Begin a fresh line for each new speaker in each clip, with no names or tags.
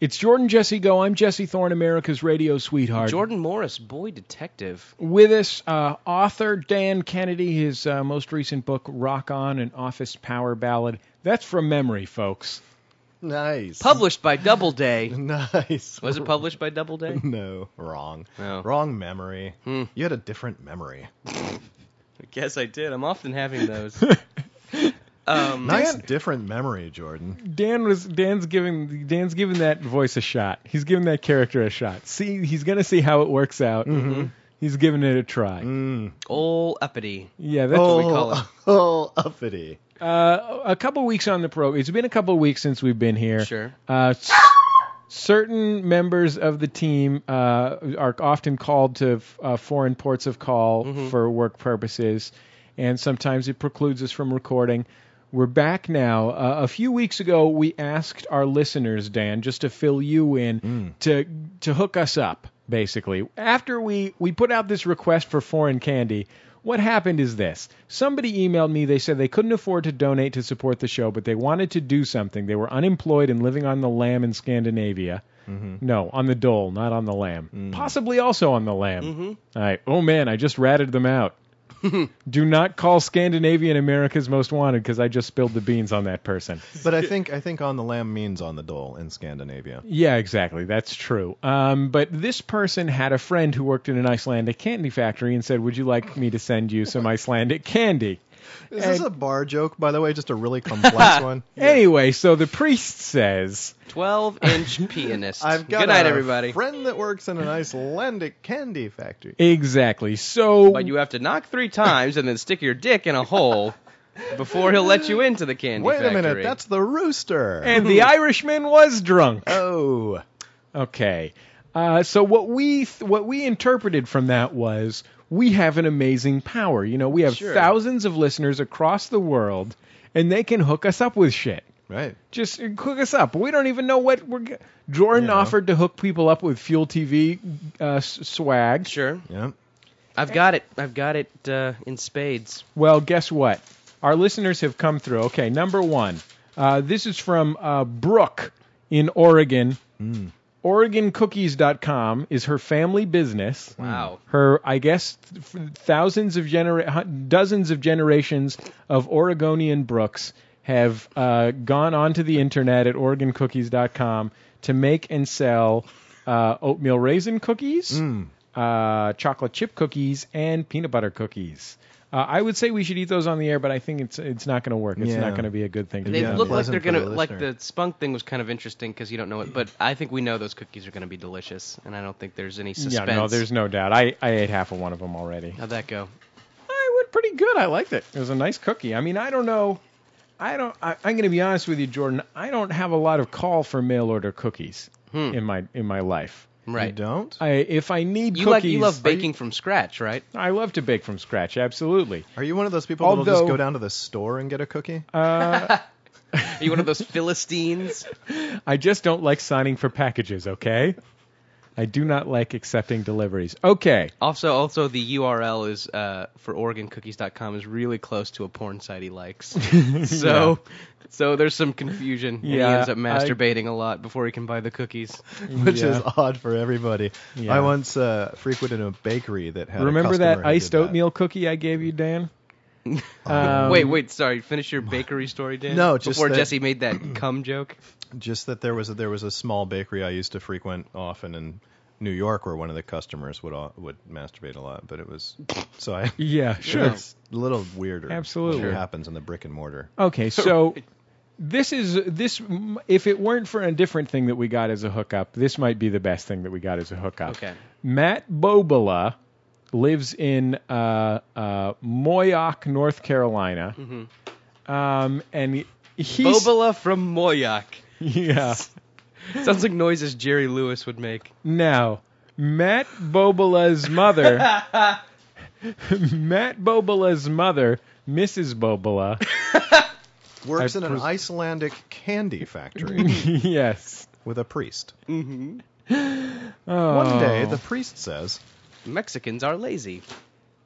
It's Jordan Jesse Go. I'm Jesse Thorne, America's radio sweetheart.
Jordan Morris, boy detective.
With us, uh, author Dan Kennedy, his uh, most recent book, Rock On, an Office Power Ballad. That's from memory, folks.
Nice.
Published by Doubleday.
Nice.
Was it published by Doubleday?
No, wrong.
No.
Wrong memory.
Hmm.
You had a different memory.
I guess I did. I'm often having those. Um,
Nice, different memory, Jordan.
Dan was Dan's giving Dan's giving that voice a shot. He's giving that character a shot. See, he's gonna see how it works out. Mm-hmm. He's giving it a try.
Mm.
Ol' uppity.
Yeah, that's
we call it.
Oh, uppity.
uh, a couple weeks on the pro. It's been a couple weeks since we've been here.
Sure.
Uh, s- certain members of the team uh, are often called to f- uh, foreign ports of call for work purposes, and sometimes it precludes us from recording. We're back now. Uh, a few weeks ago, we asked our listeners, Dan, just to fill you in, to to hook us up. Basically, after we we put out this request for foreign candy, what happened is this. Somebody emailed me. They said they couldn't afford to donate to support the show, but they wanted to do something. They were unemployed and living on the lamb in Scandinavia. No, on the dole, not on the lamb. Possibly also on the lamb. All right. Oh, man, I just ratted them out. do not call Scandinavian America's Most Wanted because I just spilled the beans on that person.
But I think I think on the lamb means on the dole in Scandinavia.
Yeah, exactly. That's true. Um, but this person had a friend who worked in an Icelandic candy factory and said, Would you like me to send you some Icelandic candy?
Is this a bar joke, by the way? Just a really complex one.
Anyway, so the priest says,
12 inch pianist.
I've got
Good night,
a
everybody.
friend that works in an Icelandic candy factory.
exactly. So
But you have to knock three times and then stick your dick in a hole before he'll let you into the candy
Wait a
factory.
minute, that's the rooster.
and the Irishman was drunk.
Uh.
oh,
Okay. Uh, so what we th- what we interpreted from that was we have an amazing power. You know, we have
Sure.
thousands of listeners across the world, and they can hook us up with shit.
right.
Just hook us up. We don't even know what we're. G- Jordan
You know.
offered to hook people up with Fuel TV uh, s- swag.
Sure.
Yeah.
I've got it. I've got it uh, in spades.
Well, guess what? Our listeners have come through. Okay, number one. Uh, this is from uh, Brooke in Oregon. OregonCookies.com is her family business.
Wow.
Her, I guess, th- thousands of genera- hun- dozens of generations of Oregonian Brooks have uh, gone onto the internet at OregonCookies.com to make and sell uh, oatmeal raisin cookies uh, chocolate chip cookies and peanut butter cookies. Uh, I would say we should eat those on the air, but I think it's it's not going to work. It's
Yeah.
not going to be a good thing to
They
do.
Yeah,
look like
pleasant
they're
for the
gonna like
listener.
the spunk thing was kind of interesting because you don't know it, but I think we know those cookies are gonna be delicious, and I don't think there's any
yeah,
suspense.
no, there's no doubt. I, I ate half of one of them already.
How'd that go?
I went pretty good. I liked it. It was a nice cookie. I mean, I don't know. I don't. I, I'm going to be honest with you, Jordan. I don't have a lot of call for mail order cookies
Hmm.
in my in my life.
You
Right.
don't?
I if I need
You
cookies,
like you love
Are you-
baking from scratch, right?
I love to bake from scratch. Absolutely.
Are you one of those people that'll just
Although-
go down to the store and get a cookie?
Are you one of those Philistines?
I just don't like signing for packages, okay? I do not like accepting deliveries. Okay.
Also, also the URL is uh, for OregonCookies.com is really close to a porn site he likes, so so there's some confusion. and
Yeah,
he ends up
I- Mm-hmm.
masturbating a lot before he can buy the cookies.
which
Yeah.
is odd for everybody.
Yeah.
I once uh, frequented a bakery that had. a
Remember
customer
that
who
iced
did that.
oatmeal cookie I gave you, Dan? Um,
wait, wait, sorry. Finish your bakery story, Dan.
No, just
before
that-
Jesse made that cum joke.
Just that there was a, there was a small bakery I used to frequent often in New York, where one of the customers would au- would masturbate a lot. But it was so I.
Yeah, sure.
It's a little weirder.
Absolutely.
What happens in the brick and mortar.
Okay, so this is this. If it weren't for a different thing that we got as a hookup, this might be the best thing that we got as a hookup.
Okay.
Matt Bobola lives in uh, uh, Moyock, North Carolina,
Mm-hmm.
um, and he's
Bobola from Moyock.
yeah.
Sounds like noises Jerry Lewis would make.
Now, Matt Bobola's mother, Matt Bobola's mother, Mrs. Bobola,
Works
I
in an
pres-
Icelandic candy factory
yes,
with a priest.
Mm-hmm.
One day,
Oh.
the priest says,
Mexicans are lazy.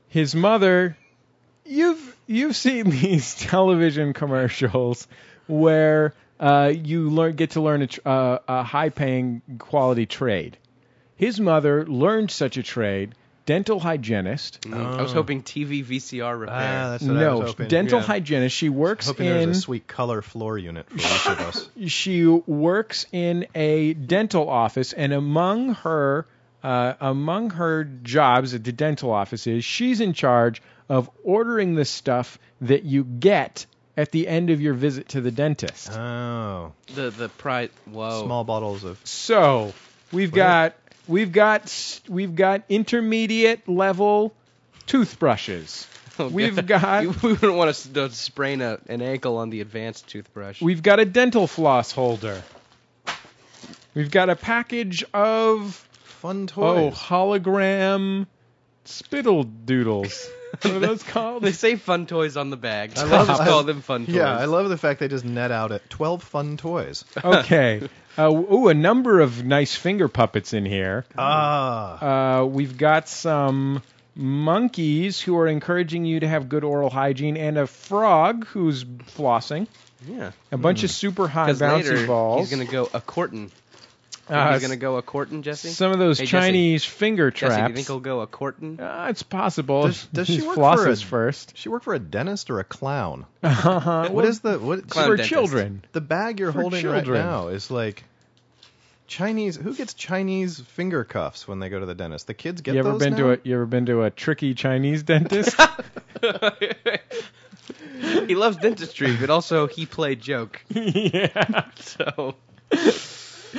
his mother. You've you've seen these television commercials where uh, you learn get to learn a, tr- uh, a high-paying quality trade. His mother learned such a trade, dental hygienist.
Mm, I was hoping TV VCR repair.
Ah, that's what I was
No,
hoping.
dental
Yeah.
hygienist. She works
Hoping there
in
was a sweet color floor unit for each of us.
she works in a dental office, and among her uh, among her jobs at the dental office is she's in charge of ordering the stuff that you get at the end of your visit to the dentist.
Oh,
the the prize. Whoa.
small bottles of
So we've got we've got s- we've got intermediate level toothbrushes.
Oh,
We've
God.
got
You wouldn't want to s- to sprain a, an ankle on the advanced toothbrush.
We've got a dental floss holder. We've got a package of
fun
oh
toys.
hologram spittle doodles. what are those called?
they say fun toys on the bag. I
love-
just
I-
call them fun toys.
yeah, I love the fact they just net out at 12 fun toys.
okay. Uh, ooh, a number of nice finger puppets in here.
ah,
Uh, we've got some monkeys who are encouraging you to have good oral hygiene, and a frog who's flossing.
yeah.
A bunch of super high
Because
bouncy
Hmm. later
balls.
he's gonna go a courtin.
Uh,
he's gonna go a courtin, Jesse.
some of those
Hey, Jesse.
Chinese finger
Jesse,
traps.
do you think he'll go a courtin?
Uh, it's possible.
Does- does she
He
work
flosses
for a-
first?
she worked for a dentist or a clown?
Uh-huh.
What is the what?
Clown
for
dentist.
children?
The bag you're
For
holding
children.
right now is like Chinese. Who gets Chinese finger cuffs when they go to the dentist? The kids get
you ever
those
been
now? Oh,
to a you ever been to a tricky Chinese dentist?
he loves dentistry, but also he play joke.
yeah.
So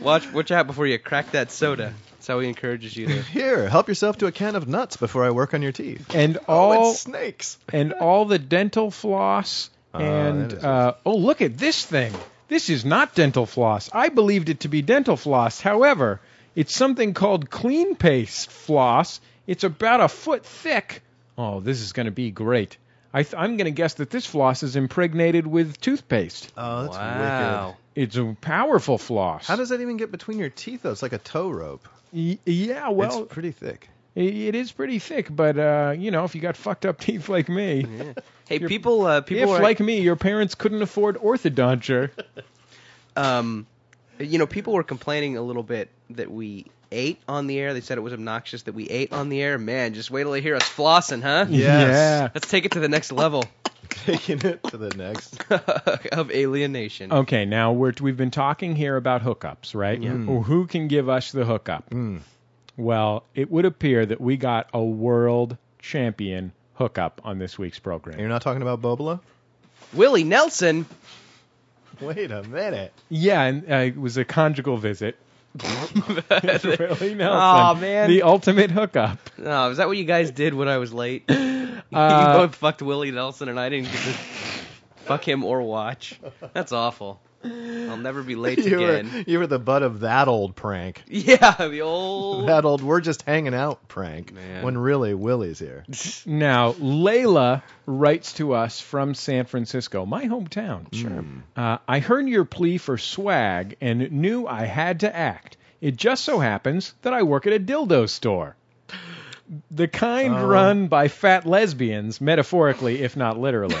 watch watch out before you crack that soda. That's how he encourages you to.
Here, help yourself to a can of nuts before I work on your teeth.
And
oh,
all
it's snakes.
and all the dental floss
Ah,
and
that is-
uh, oh look at this thing. This is not dental floss. I believed it to be dental floss. However, it's something called clean paste floss. It's about a foot thick. Oh, this is going to be great. I th- I'm going to guess that this floss is impregnated with toothpaste.
Oh, that's wicked.
wow.
It's a powerful floss.
How does that even get between your teeth? Though it's like a tow rope.
Y- yeah, well,
it's pretty thick.
It, it is pretty thick, but uh, you know, if you got fucked up teeth like me,
Hey, people. Uh, people
if
are,
like me, your parents couldn't afford orthodonture.
um, you know, people were complaining a little bit that we ate on the air. They said it was obnoxious that we ate on the air. Man, just wait till they hear us flossing, huh?
Yes.
Let's take it to the next level
Taking it to the next.
of alienation.
Oh.
Yeah. Okay, now we're we've been talking here about hookups, right?
Mm.
Or Who can give us the hookup? Well, it would appear that we got a world champion hookup on this week's program.
You're not talking about Bobola?
Willie Nelson.
Wait a minute.
Yeah, and uh, it was a conjugal visit. really, Nelson,
Aw, man.
the ultimate hookup.
Oh, is that what you guys did when I was late?
Uh,
you both fucked Willie Nelson, and I didn't get to fuck him or watch. That's awful. I'll never be late
You were,
again.
you were the butt of that old prank.
Yeah, the old.
That old we're just hanging out prank.
Man.
When really Willie's here.
Now, Layla writes to us from San Francisco, my hometown. Sure.
Hmm.
Uh, I heard your plea for swag and knew I had to act. It just so happens that I work at a dildo store. The kind run by fat lesbians, metaphorically, if not literally.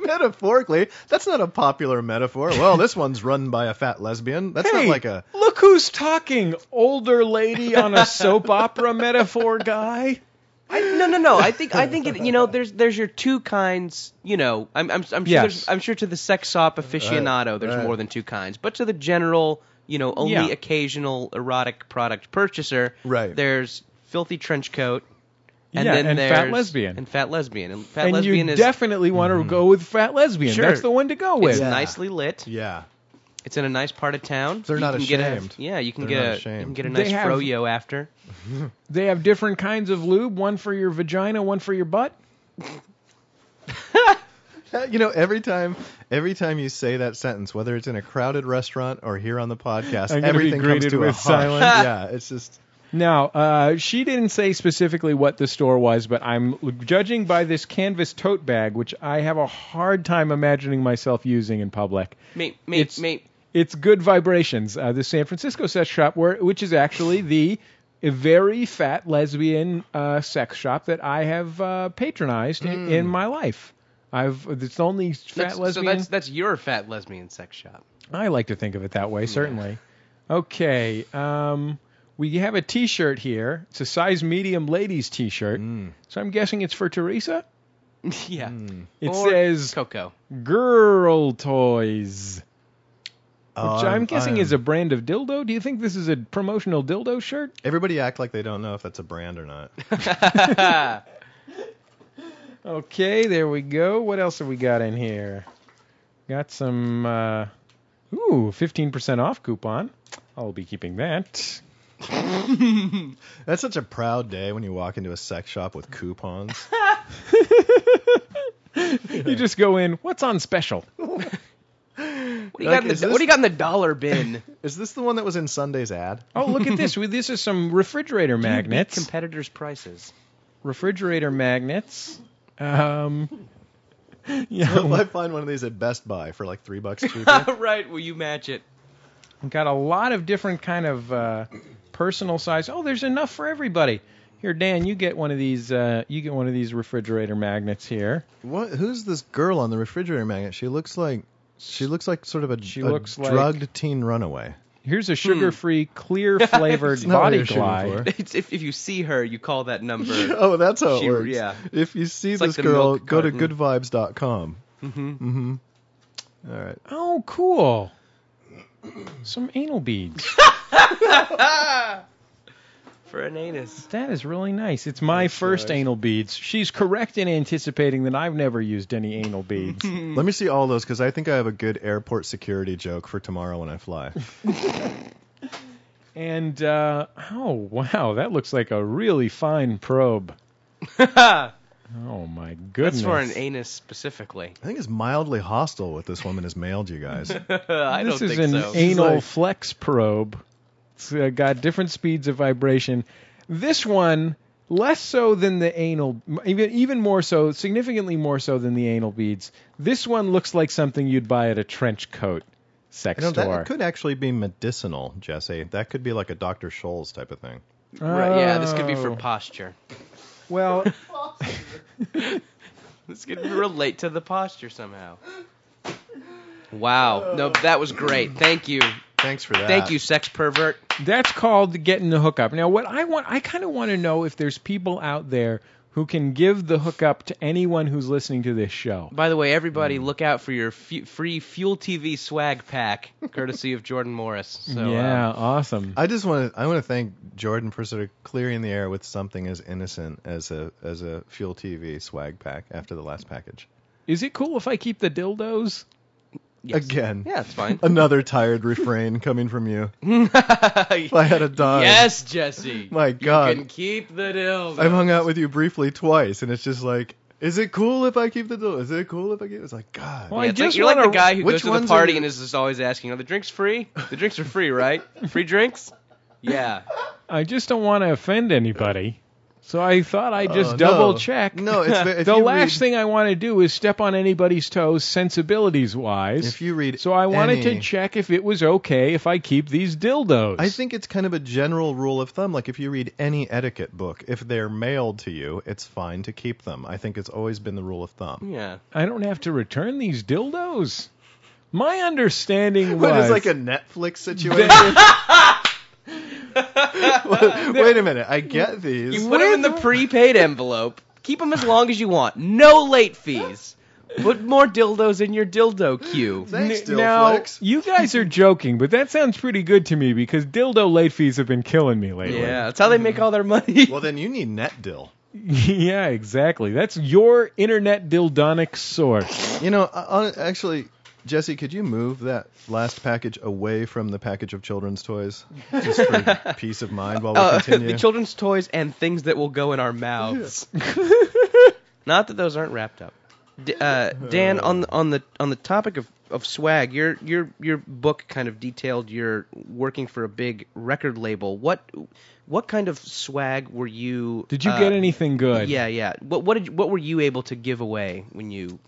Metaphorically, that's not a popular metaphor. Well, this one's run by a fat lesbian. That's not
Hey,
like a
Look who's talking, older lady on a soap opera metaphor guy.
I, no, no, no. I think I think it, you know. There's there's your two kinds. You know, I'm I'm, I'm sure
Yes.
there's, I'm sure to the sex op aficionado
Right,
there's
right.
more than two kinds, but to the general, you know, only
Yeah.
occasional erotic product purchaser,
Right.
There's filthy trench coat, and
Yeah,
then
and fat
there's
lesbian.
and fat lesbian, and fat
And
lesbian
you
is
definitely want to go with fat lesbian.
Sure.
That's the one to go with.
it's
Yeah.
nicely lit.
yeah.
It's in a nice part of town.
They're
You
not
can
ashamed.
Get a, yeah, you can
They're not
get a
ashamed.
you can get a
They
nice
have-
froyo after.
They have different kinds of lube, one for your vagina, one for your butt.
You know, every time every time you say that sentence, whether it's in a crowded restaurant or here on the podcast,
I'm gonna be
everything comes
greeted
to a
with
hush.
silence.
yeah, it's just
Now, uh, she didn't say specifically what the store was, but I'm judging by this canvas tote bag, which I have a hard time imagining myself using in public.
Mate, mate,
It's-
mate.
It's Good Vibrations, uh, the San Francisco sex shop, where which is actually the very fat lesbian uh, sex shop that I have uh, patronized in, in my life. I've it's the only fat
Mm. That's, so
lesbian.
that's that's your fat lesbian sex shop.
I like to think of it that way, certainly. Okay, um, we have a T-shirt here. It's a size medium ladies T-shirt, so I'm guessing it's for Teresa.
yeah.
It
Or
says
Coco.
"Girl Toys,"
Oh,
which I'm guessing is a brand of dildo. Do you think this is a promotional dildo shirt?
Everybody act like they don't know if that's a brand or not.
Okay, there we go. What else have we got in here? Got some uh ooh, 15% off coupon. I'll be keeping that.
That's such a proud day when you walk into a sex shop with coupons.
You just go in, what's on special?
What do you
Like,
got in the
is
What
this-
do you got in the dollar bin?
is this the one that was in Sunday's ad?
Oh, look at this. We- This is some refrigerator magnets.
Competitors' prices.
refrigerator magnets. Um Yeah,
Well, I find one of these at Best Buy for like three bucks cheaper.
right. Will you match it?
Got a lot of different kind of uh, personal size. Oh, there's enough for everybody. Here, Dan, you get one of these. Uh, you get one of these refrigerator magnets here.
what? Who's this girl on the refrigerator magnet? She looks like she looks like sort of a,
She
a
looks like-
drugged teen runaway.
Here's a sugar-free, clear flavored
Hmm. not what
body
you're shooting
glide.
for.
It's, if if you see her, you call that number.
Oh, that's how it
She-
works.
yeah.
If you see
It's like
this
the
girl,
milk
go to
carton.
goodvibes.com. Mm-hmm. Mm-hmm. All right.
Oh, cool. Some anal beads.
for an anus.
That is really nice. It's my first anal beads. She's correct in anticipating that I've never used any anal beads.
Mm.
Let me see all those because I think I have a good airport security joke for tomorrow when I fly.
and uh, oh wow, that looks like a really fine probe. Oh my goodness.
That's for an anus specifically.
I think it's mildly hostile what this woman has mailed you guys.
I
This
don't
is
think
an
so.
anal
like-
flex probe. It's uh, got different speeds of vibration. This one less so than the anal, even even more so, significantly more so than the anal beads. This one looks like something you'd buy at a trench coat sex
You know,
store.
that could actually be medicinal, Jesse. That could be like a Dr. Scholl's type of thing.
Right, yeah, this could be for
Oh.
posture.
Well,
This could relate to the posture somehow. Wow. No, that was great. Thank you.
Thanks for that.
Thank you, sex pervert.
that's called getting the hookup. Now, what I want, I kind of want to know if there's people out there who can give the hookup to anyone who's listening to this show.
By the way, everybody, look out for your fu- free Fuel TV swag pack, courtesy of Jordan Morris. So,
yeah,
uh,
awesome.
I just want to I want to thank Jordan for sort of clearing the air with something as innocent as a as a Fuel TV swag pack after the last package.
Is it cool if I keep the dildos?
yes.
Again.
Yeah, it's fine.
Another tired refrain coming from you. If I had a dime.
yes, Jesse.
My
You
God.
can keep the dildo.
I've hung out with you briefly twice, and it's just like, is it cool if I keep the deal? Is it cool if I keep? It's like, God.
Well,
Yeah,
I
it's like-
just
you're like the
wanna-
guy who
Which
goes to the
ones
party
are-
and is just always asking, "Are the drinks free? The drinks are free, right? Free drinks? Yeah."
I just don't want to offend anybody. So I thought I'd just
Oh, no.
double check.
No, it's if
the
you
last
read-
thing I want to do is step on anybody's toes, sensibilities wise.
If you read
so I wanted to
any-
check if it was okay if I keep these dildos.
I think it's kind of a general rule of thumb. Like if you read any etiquette book, if they're mailed to you, it's fine to keep them. I think it's always been the rule of thumb.
Yeah.
I don't have to return these dildos. My understanding
But
was
it's like a Netflix situation. Wait- Wait a minute, I get these.
Put them in the prepaid envelope. Keep them as long as you want. No late fees. Put more dildos in your dildo queue.
Thanks, Dilflix.
now you guys are joking, but that sounds pretty good to me because dildo late fees have been killing me lately.
Yeah, that's how they make all their money.
Well, then you need net dill.
yeah, exactly. That's your internet dildonic source.
You know, I- I- actually, Jesse, could you move that last package away from the package of children's toys just for peace of mind while we
Uh,
continue?
the children's toys and things that will go in our mouths. Not that those aren't wrapped up. D- uh, Dan, on
Oh.
the, on the on the topic of, of swag, your your your book kind of detailed your working for a big record label. What what kind of swag were you?
Did you
uh,
get anything good?
Yeah, yeah. What what did you- what were you able to give away when you?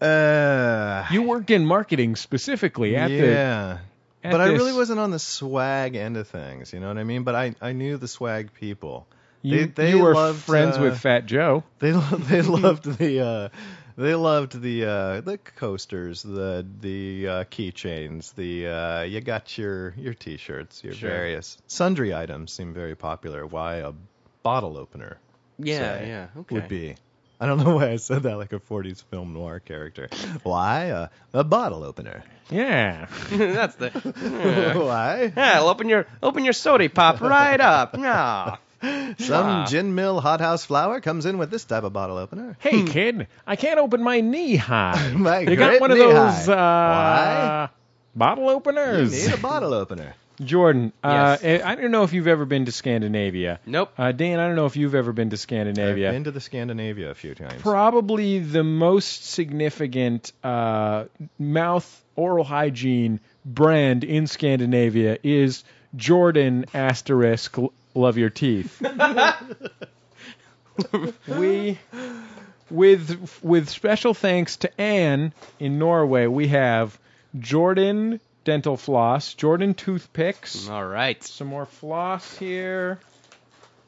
uh,
You worked in marketing specifically at the.
yeah.
at
but I
this-
really wasn't on the swag end of things, you know what I mean? But I, I knew the swag people.
You,
They- they
you were
loved,
friends
uh,
with Fat Joe.
They lo- they
Hmm.
loved the uh, they loved the uh, the coasters, the the uh, keychains, the uh, you got your your t-shirts, your
Sure.
various sundry items seem very popular. Why a bottle opener
Yeah,
say
yeah, okay.
would be. I don't know why I said that like a 40s film noir character. Why a, a bottle opener?
Yeah.
That's the. Hmm.
why
Yeah, I'll open your open your soda pop right up. No. Ah.
some gin mill hothouse flower comes in with this type of bottle opener?
Hey, kid, I can't open my knee high.
Hmm. My
they got
great
one of
knee
those uh,
high.
bottle
You
openers.
need a bottle opener.
Jordan,
Yes.
uh, eh, I don't know if you've ever been to Scandinavia.
Nope.
Uh, Dan, I don't know if you've ever been to Scandinavia.
I've been to the Scandinavia a few times.
Probably the most significant uh, mouth oral hygiene brand in Scandinavia is Jordan asterisk l- love your teeth. we with with special thanks to Anne in Norway, we have Jordan dental floss, Jordan toothpicks,
All right.
some more floss here.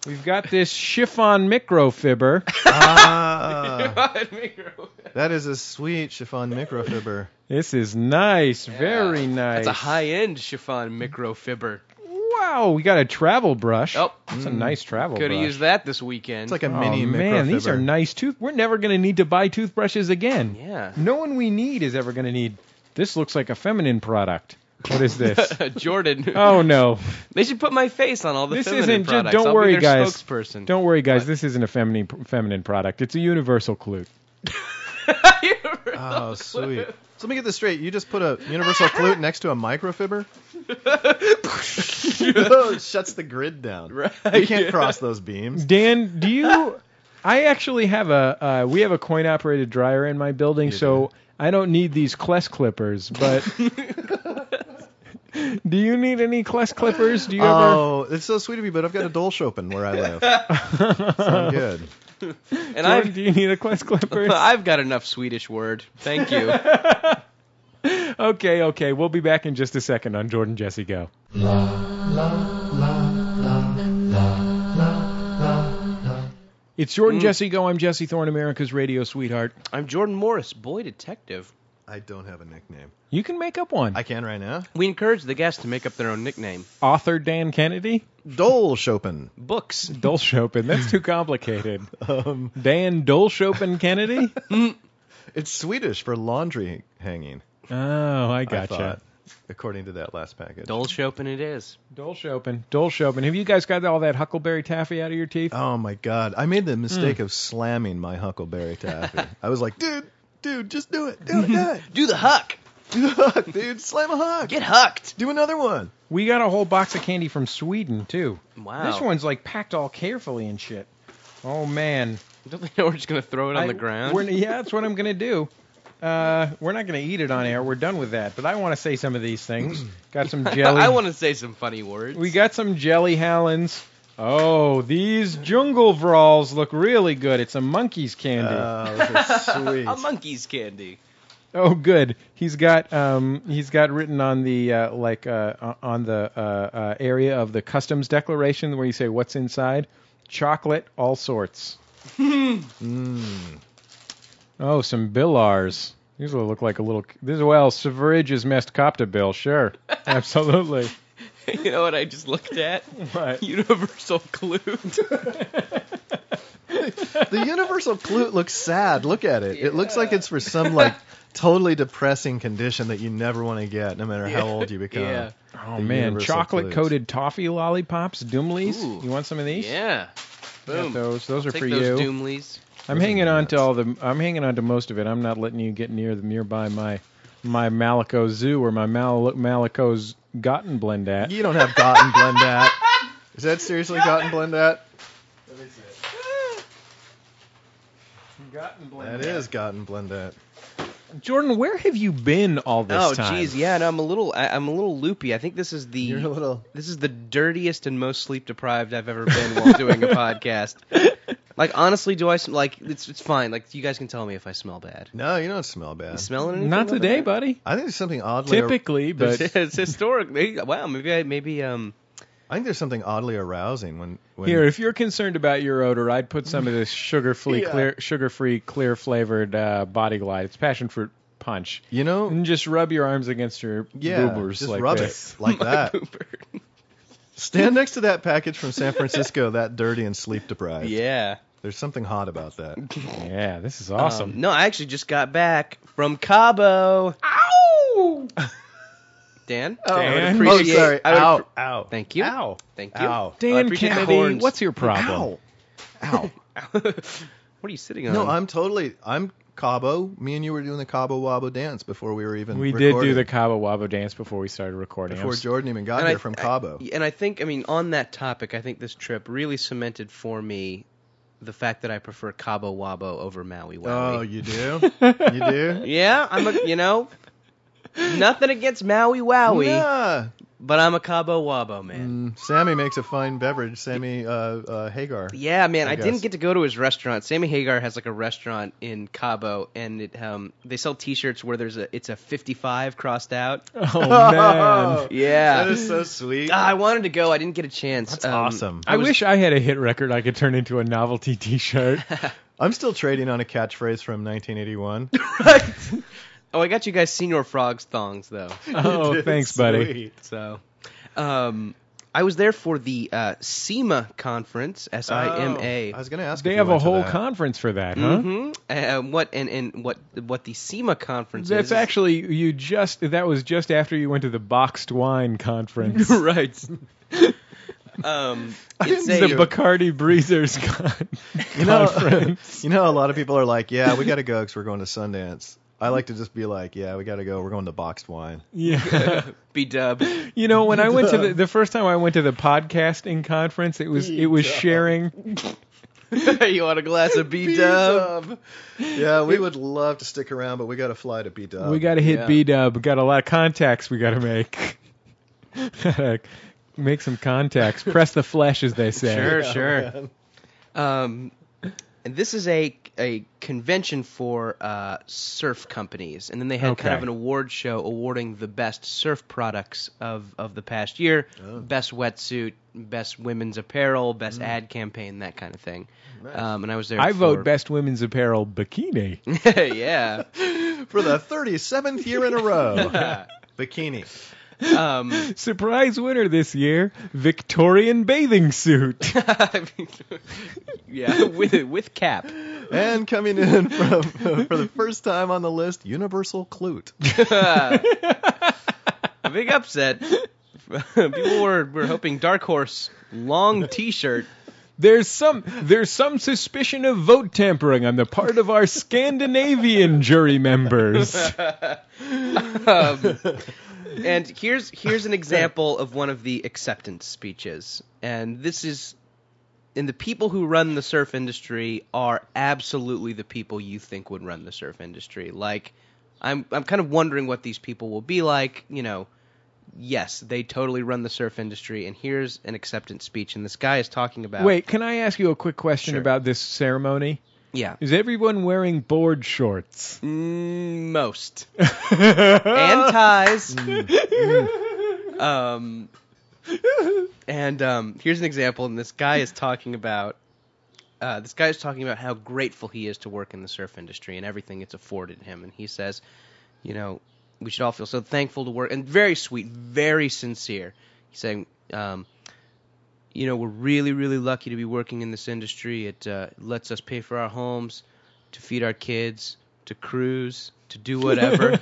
We've got this chiffon microfiber.
Ah, that is a sweet chiffon microfiber.
This is nice, very nice.
That's a high end chiffon microfiber.
Wow, we got a travel brush.
Oh.
that's a nice travel
Could
brush.
have used that this weekend.
It's like a
Oh,
mini
man,
microfiber.
these are nice tooth. We're never going to need to buy toothbrushes again.
Yeah.
No one we need is ever going to need. This looks like a feminine product. What is this?
Jordan.
oh no,
They should put my face on all the
this
feminine
isn't. Just,
products.
don't
I'll be
worry,
their
guys.
Spokesperson.
Don't worry, guys. This isn't a feminine feminine product. It's a universal clue. Uh,
Oh, sweet. So let me get this straight. You just put a universal flute next to a microfiber? oh, it shuts the grid down. Right. You can't cross those beams.
Dan, do you? I actually have a. Uh, we have a coin operated dryer in my building, so I don't need these Kless clippers. But do you need any Kless clippers? Do you
Oh, it's so sweet of you, but I've got a Dolce open where I live. so I'm good.
and
ever? Jordan,
I've
do you need a Kless clippers?
I've got enough Swedish word. Thank you.
okay, okay. We'll be back in just a second on Jordan Jesse Go. It's Jordan
Mm.
Jesse Go. I'm Jesse Thorne, America's radio sweetheart.
I'm Jordan Morris, boy detective.
I don't have a nickname.
You can make up one.
I can right now.
We encourage the guests to make up their own nickname.
Author Dan Kennedy.
Dole Chopin.
Books.
Dolchopin. That's too complicated.
Um,
Dan Dolchopin Kennedy.
it's Swedish for laundry hanging.
Oh, I
I
gotcha.
thought, according to that last package.
Dole Chopin it is.
Dolchopin. Dolchopin. Have you guys got all that huckleberry taffy out of your
Uh,
teeth?
Oh my god, I
Hmm.
made the mistake of slamming my huckleberry taffy. I was like, dude, dude, just do it, do it, do it,
Do the huck.
do the hook, dude, slam a hook,
Get hucked.
do another one.
We got a whole box of candy from Sweden too.
Wow.
This one's like packed all carefully and shit. Oh man.
Don't they know we're just gonna throw it on
I-
the ground?
We're, yeah, that's what I'm gonna do. Uh, we're not gonna eat it on air. We're done with that. But I want to say some of these things. Got some jelly.
I want to say some funny words.
We got some jelly halons. Oh, these jungle vrawls look really good. It's a monkey's candy.
Oh, this is sweet.
a monkey's candy.
Oh, good. He's got um, he's got written on the uh, like uh, uh, on the uh, uh, area of the customs declaration where you say what's inside, chocolate, all sorts. Mm. Oh, some Billars. These will look like a little. This well, Severage is messed cop to Bill. Sure, absolutely.
You know what I just looked at?
What?
Universal Clue.
the universal flute looks sad. Look at it. It looks like it's for some like totally depressing condition that you never want to get, no matter how old you become.
Yeah.
Oh
The
man,
universal
chocolate coated toffee lollipops, Doomlies.
Ooh.
You want some of these?
yeah.
Got
Boom.
those. Those are
Take
for
those
you.
Doomleys.
I'm hanging on to all the. I'm hanging on to most of it. I'm not letting you get near the nearby my my Malico Zoo or my Mal- Malico's Gotten Blend at.
You don't have Gotten Blend At. Is that seriously Gotten Blend At?
Gotten Blend.
That is Gotten Blend At.
Jordan, where have you been all this
oh
time?
jeez, yeah. No, I'm a little. I, I'm a little loopy. I think this is the.
You're a little.
This is the dirtiest and most sleep deprived I've ever been while doing a podcast. Like honestly, do I sm- like? It's it's fine. Like you guys can tell me if I smell bad.
No, you don't smell bad.
You smelling anything?
Not
over
today,
there?
buddy.
I think there's something oddly.
Typically, but
it's historically wow. Maybe I maybe um
I think there's something oddly arousing when, when
Here, if you're concerned about your odor, I'd put some of this sugar-free,
Yeah.
clear, sugar-free, clear-flavored uh, Body Glide. It's passion fruit punch.
you know,
And just rub your arms against your
yeah,
boobers
just
like
rub
this.
it like that.
Boober.
Stand next to that package from San Francisco, that dirty and sleep deprived.
Yeah.
There's something hot about that.
Yeah, this is awesome.
Um, no, I actually just got back from Cabo. Ow! Dan, I would
Dan?
Oh,
appreciate.
sorry.
I would
Ow,
appre-
ow.
Thank you.
Ow.
Thank you. Oh,
Ow.
I
Dan
appreciate the
Kennedy,
horns.
what's your problem?
Ow. Ow.
what are you sitting on?
No, I'm totally. I'm Cabo. Me and you were doing the Cabo Wabo dance before we were even.
We did
recording,
do the Cabo Wabo dance before we started recording.
before
I'm s-
Jordan even got
And
here
I-
from Cabo.
I- and I think, I mean, on that topic, I think this trip really cemented for me the fact that I prefer Cabo Wabo over Maui Wowie.
oh, you do? you do?
yeah, I'm a, you know, nothing against Maui Wowie,
Yeah.
but I'm a Cabo Wabo man.
Mm, Sammy makes a fine beverage. Sammy uh, uh, Hagar.
Yeah, man, I,
I
didn't
guess.
get to go to his restaurant. Sammy Hagar has like a restaurant in Cabo, and it um they sell T-shirts where there's a it's a 55 crossed out.
Oh man.
Yeah,
That is so sweet.
Ah, I wanted to go, I didn't get a chance.
That's
Um,
awesome.
I wish I had a hit record I could turn into a novelty T-shirt.
I'm still trading on a catchphrase from 1981.
Oh, I got you guys Senior Frogs thongs though.
oh, thanks, buddy.
Sweet.
So, um, I was there for the uh, SEMA conference, S I M A.
Oh, I was going to ask.
They
if
have a
you went to
whole
that.
conference for that, huh?
Mm-hmm. Uh, what and, and what what the SEMA conference
That's
is?
actually you just that was just after you went to the boxed wine conference.
right. um, it's
the
a,
Bacardi Breezers con-
You know-
conference.
You know, a lot of people are like, "Yeah, we got to go because we're going to Sundance." I like to just be like, "Yeah, we got to go. We're going to boxed wine."
yeah.
B Dub.
You know, when I went to the the first time I went to the podcasting conference, it was it was sharing
you want a glass of B Dub?
Yeah, we would love to stick around, but we got to fly to B Dub.
we got to hit
yeah.
B Dub, got a lot of contacts we got to make. make some contacts, press the flesh as they say.
Sure, sure. Um, and this is a a convention for uh, surf companies, and then they had kind
Okay.
of an award show awarding the best surf products of of the past year,
Oh.
best wetsuit, best women's apparel, best ad campaign, that kind of thing. Um, and I was there.
Mm. I
for,
vote best women's apparel bikini.
yeah.
for the 37th year in a row. Bikini.
Um,
Surprise winner this year, Victorian bathing suit.
I mean, yeah, with with cap.
And coming in from for the first time on the list, Universal Clute.
A big upset. People were were hoping Dark Horse long T-shirt.
There's some there's some suspicion of vote tampering on the part of our Scandinavian jury members.
Um, and here's here's an example of one of the acceptance speeches. And this is and the people who run the surf industry are absolutely the people you think would run the surf industry. Like I'm I'm kind of wondering what these people will be like, you know. Yes, they totally run the surf industry and here's an acceptance speech and this guy is talking about
Wait, can I ask you a quick question
Sure.
about this ceremony?
Yeah.
Is everyone wearing board shorts?
Mm, most. and ties. um, and um, here's an example, and this guy is talking about. Uh, this guy is talking about how grateful he is to work in the surf industry and everything it's afforded him. And he says, you know, we should all feel so thankful to work. And very sweet, very sincere. He's saying, um, you know, we're really, really lucky to be working in this industry. It uh, lets us pay for our homes, to feed our kids, to cruise, to do whatever.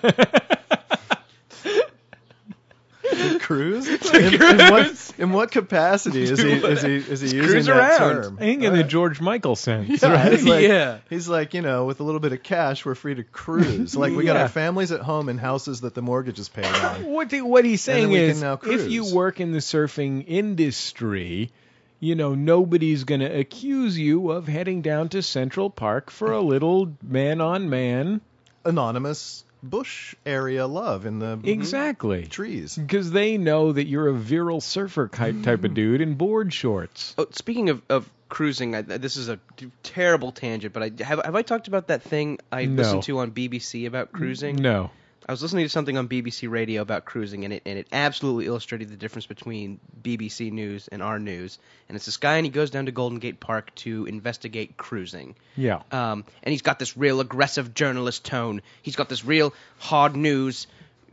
Cruise? In, in what, in what capacity is he is he is he using
Cruise
that
around.
term?
I think in the George Michael sense,
Yeah,
right?
he's like,
Yeah.
He's like, you know, with a little bit of cash, we're free to cruise. Like, we got
Yeah.
our families at home in houses that the mortgage is paid on.
What the, what he's
And then
saying
we can
is,
now
if you
cruise.
work in the surfing industry, you know nobody's going to accuse you of heading down to Central Park for a little man-on-man.
Anonymous bush area love in the
Exactly.
trees.
Because they know that you're a virile surfer type, type of dude in board shorts.
Oh, speaking of, of cruising, I, this is a t- terrible tangent, but I have have I talked about that thing I
No.
listened to on BBC about cruising?
No.
I was listening to something on BBC Radio about cruising, and it and it absolutely illustrated the difference between BBC News and our news. And it's this guy, and he goes down to Golden Gate Park to investigate cruising.
Yeah.
Um, and he's got this real aggressive journalist tone. He's got this real hard news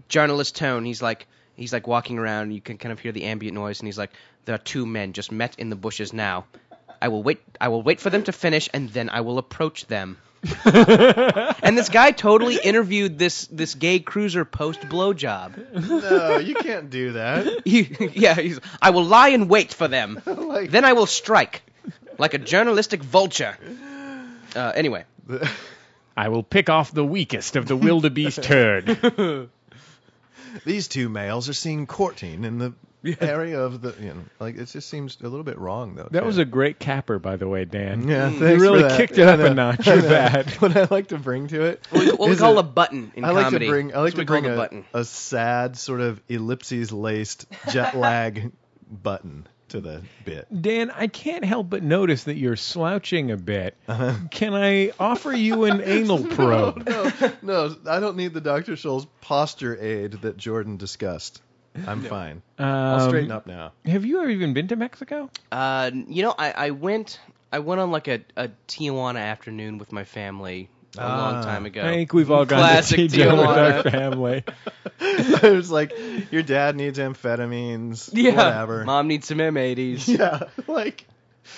journalist tone. He's like he's like walking around. And you can kind of hear the ambient noise, and he's like, "There are two men just met in the bushes now. I will wait. I will wait for them to finish, and then I will approach them." and this guy totally interviewed this this gay cruiser post blowjob.
No, you can't do that.
He, yeah, he's. I will lie in wait for them.
Like-
Then I will strike, like a journalistic vulture. Uh, anyway,
I will pick off the weakest of the wildebeest herd.
These two males are seen courting in the area of the. You know, like it just seems a little bit wrong though.
That
too.
was a great capper, by the way, Dan.
Yeah, thanks
you
for
really
that.
kicked it up
I know.
a notch with that.
what I like to bring to it.
what we
is
call
a-
a button in
I like
comedy.
to bring. I
That's
like
what
to
we call
bring
the
a,
button.
a sad sort of ellipses laced jet lag button to the bit.
Dan, I can't help but notice that you're slouching a bit. Can I offer you an anal probe?
Uh-huh. No, no, I don't need the Dr. Scholl's posture aid that Jordan discussed. I'm fine. I'll
Um,
straighten up now.
Have you ever even been to Mexico?
Uh, you know, I, I went I went on like a, a Tijuana afternoon with my family a
Ah,
long time ago.
I think we've all gone
Classic
to Tijuana
Tijuana.
with our family.
I was like, your dad needs amphetamines,
yeah,
whatever.
mom needs some M80s.
Yeah, like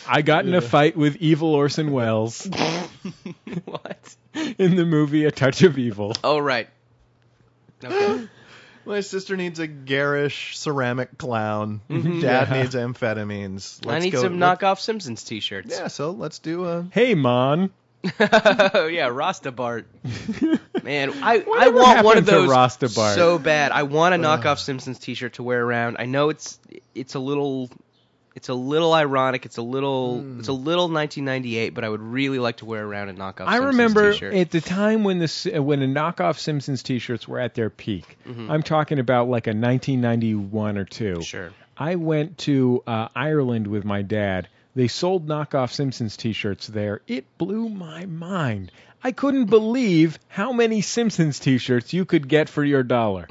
I got in a fight with evil Orson Welles
what?
in the movie A Touch of Evil.
Oh right. Okay.
my sister needs a garish ceramic clown. Dad
Yeah.
needs amphetamines.
Mm-hmm. I
Let's
need
go-
some
let-
knockoff Simpsons T-shirts.
Yeah, so let's do a.
Hey, Mon.
Oh yeah, Rasta Bart. Man, I I
Whatever
want one of
happened to
those
Rasta Bart?
so bad. I want a knockoff Simpsons T-shirt to wear around. I know it's it's a little it's a little ironic. It's a little
Hmm.
it's a little 1998, but I would really like to wear around a knockoff.
I
Simpsons
remember
t-shirt.
at the time when the when the knockoff Simpsons T-shirts were at their peak.
Mm-hmm.
I'm talking about like a 1991 or two.
Sure.
I went to uh, Ireland with my dad. They sold knockoff Simpsons T-shirts there. It blew my mind. I couldn't believe how many Simpsons T-shirts you could get for your dollar.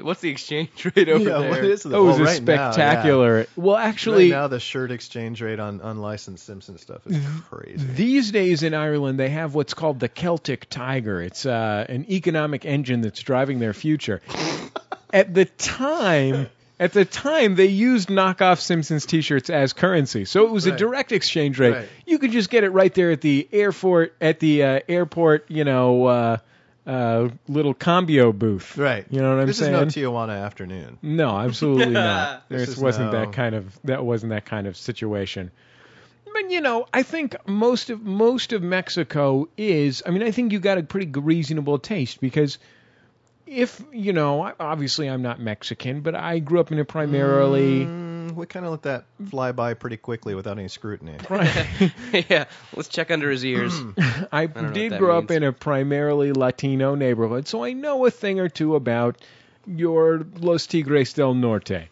What's the exchange rate over
Yeah,
there?
what is
Oh, It
that?
was
Well,
a
right now, yeah.
spectacular. Well,
Right
actually,
now, the shirt exchange rate on unlicensed Simpson stuff is
Mm-hmm.
crazy.
These days in Ireland, they have what's called the Celtic Tiger. It's uh, an economic engine that's driving their future. at the time, at the time, they used knockoff Simpsons T-shirts as currency, so it was a
Right.
direct exchange rate.
Right.
You could just get it right there at the airport, at the uh, airport, you know, uh, uh, little combio booth.
Right.
You know what I'm
this
saying?
This is no Tijuana afternoon.
No, absolutely not.
This
This
is
wasn't
no-
that kind of that wasn't that kind of situation. But you know, I think most of most of Mexico is. I mean, I think you got a pretty g- reasonable taste because if you know, I- obviously I'm not Mexican, but I grew up in a primarily.
Mm, we kind of let that fly by pretty quickly without any scrutiny.
Mm-hmm.
yeah, let's check under his ears.
Hmm. I
know what
did
that
grow up
means.
in a primarily Latino neighborhood, so I know a thing or two about your Los Tigres del Norte.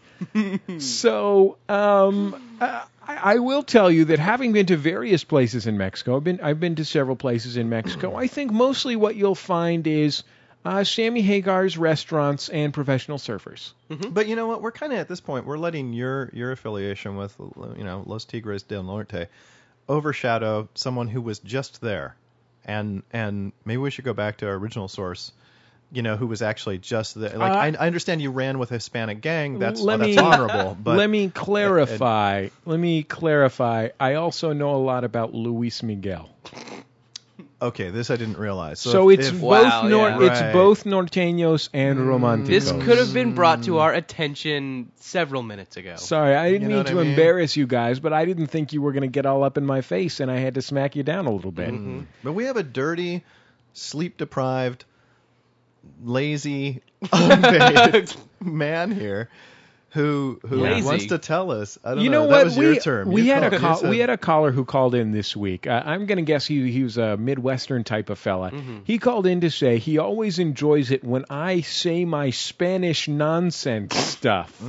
so um, uh, I, I will tell you that having been to various places in Mexico, I've been I've been to several places in Mexico. I think mostly what you'll find is uh, Sammy Hagar's restaurants and professional surfers.
But you know what? We're kind of at this point. We're letting your your affiliation with you know Los Tigres del Norte overshadow someone who was just there, and and maybe we should go back to our original source. You know who was actually just there. Like
Uh,
I, I understand you ran with a Hispanic gang. That's oh,
Let
that's
me-
honorable. But
let me clarify. let me clarify. I also know a lot about Luis Miguel.
okay, this I didn't realize. So,
So,
if-
it's
if-
both
Wow,
nor-
yeah.
Right. Mm.
it's both norteños and romanticos.
This could have been brought to our attention several minutes ago.
Sorry, I didn't
know
mean
what I
to
mean?
embarrass you guys, but I didn't think you were going to get all up in my face, and I had to smack you down a little bit.
But we have a dirty, sleep deprived, lazy, unbathed man here who who
Lazy.
wants to tell us. I don't
You
know,
know
that
what?
was
we
your term.
we
You
had
called-
a
you
call,
said-
we had a caller who called in this week. Uh, I'm going to guess he he was a Midwestern type of fella.
Mm-hmm.
He called in to say he always enjoys it when I say my Spanish nonsense
Mm.
stuff,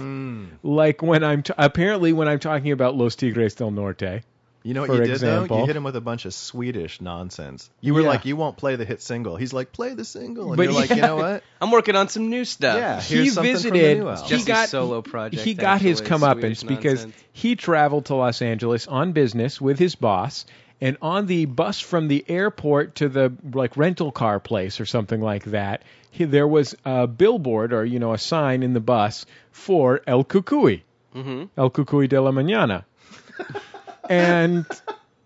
like when I'm t- apparently when I'm talking about Los Tigres del Norte.
You know what
for
you did
example.
though? You hit him with a bunch of Swedish nonsense. You were
Yeah.
like, "You won't play the hit single." He's like, "Play the single," and
But
you're like,
yeah.
"You know what?
I'm working on some new stuff.
Yeah,
he
here's something from the
visited.
new album.
he
Jesse's
got
solo project,
He got his
actually,
comeuppance
Swedish
because
nonsense.
he traveled to Los Angeles on business with his boss, and on the bus from the airport to the like rental car place or something like that, he, there was a billboard or you know a sign in the bus for El Cucuy,
Mm-hmm.
El Cucuy de la Mañana, and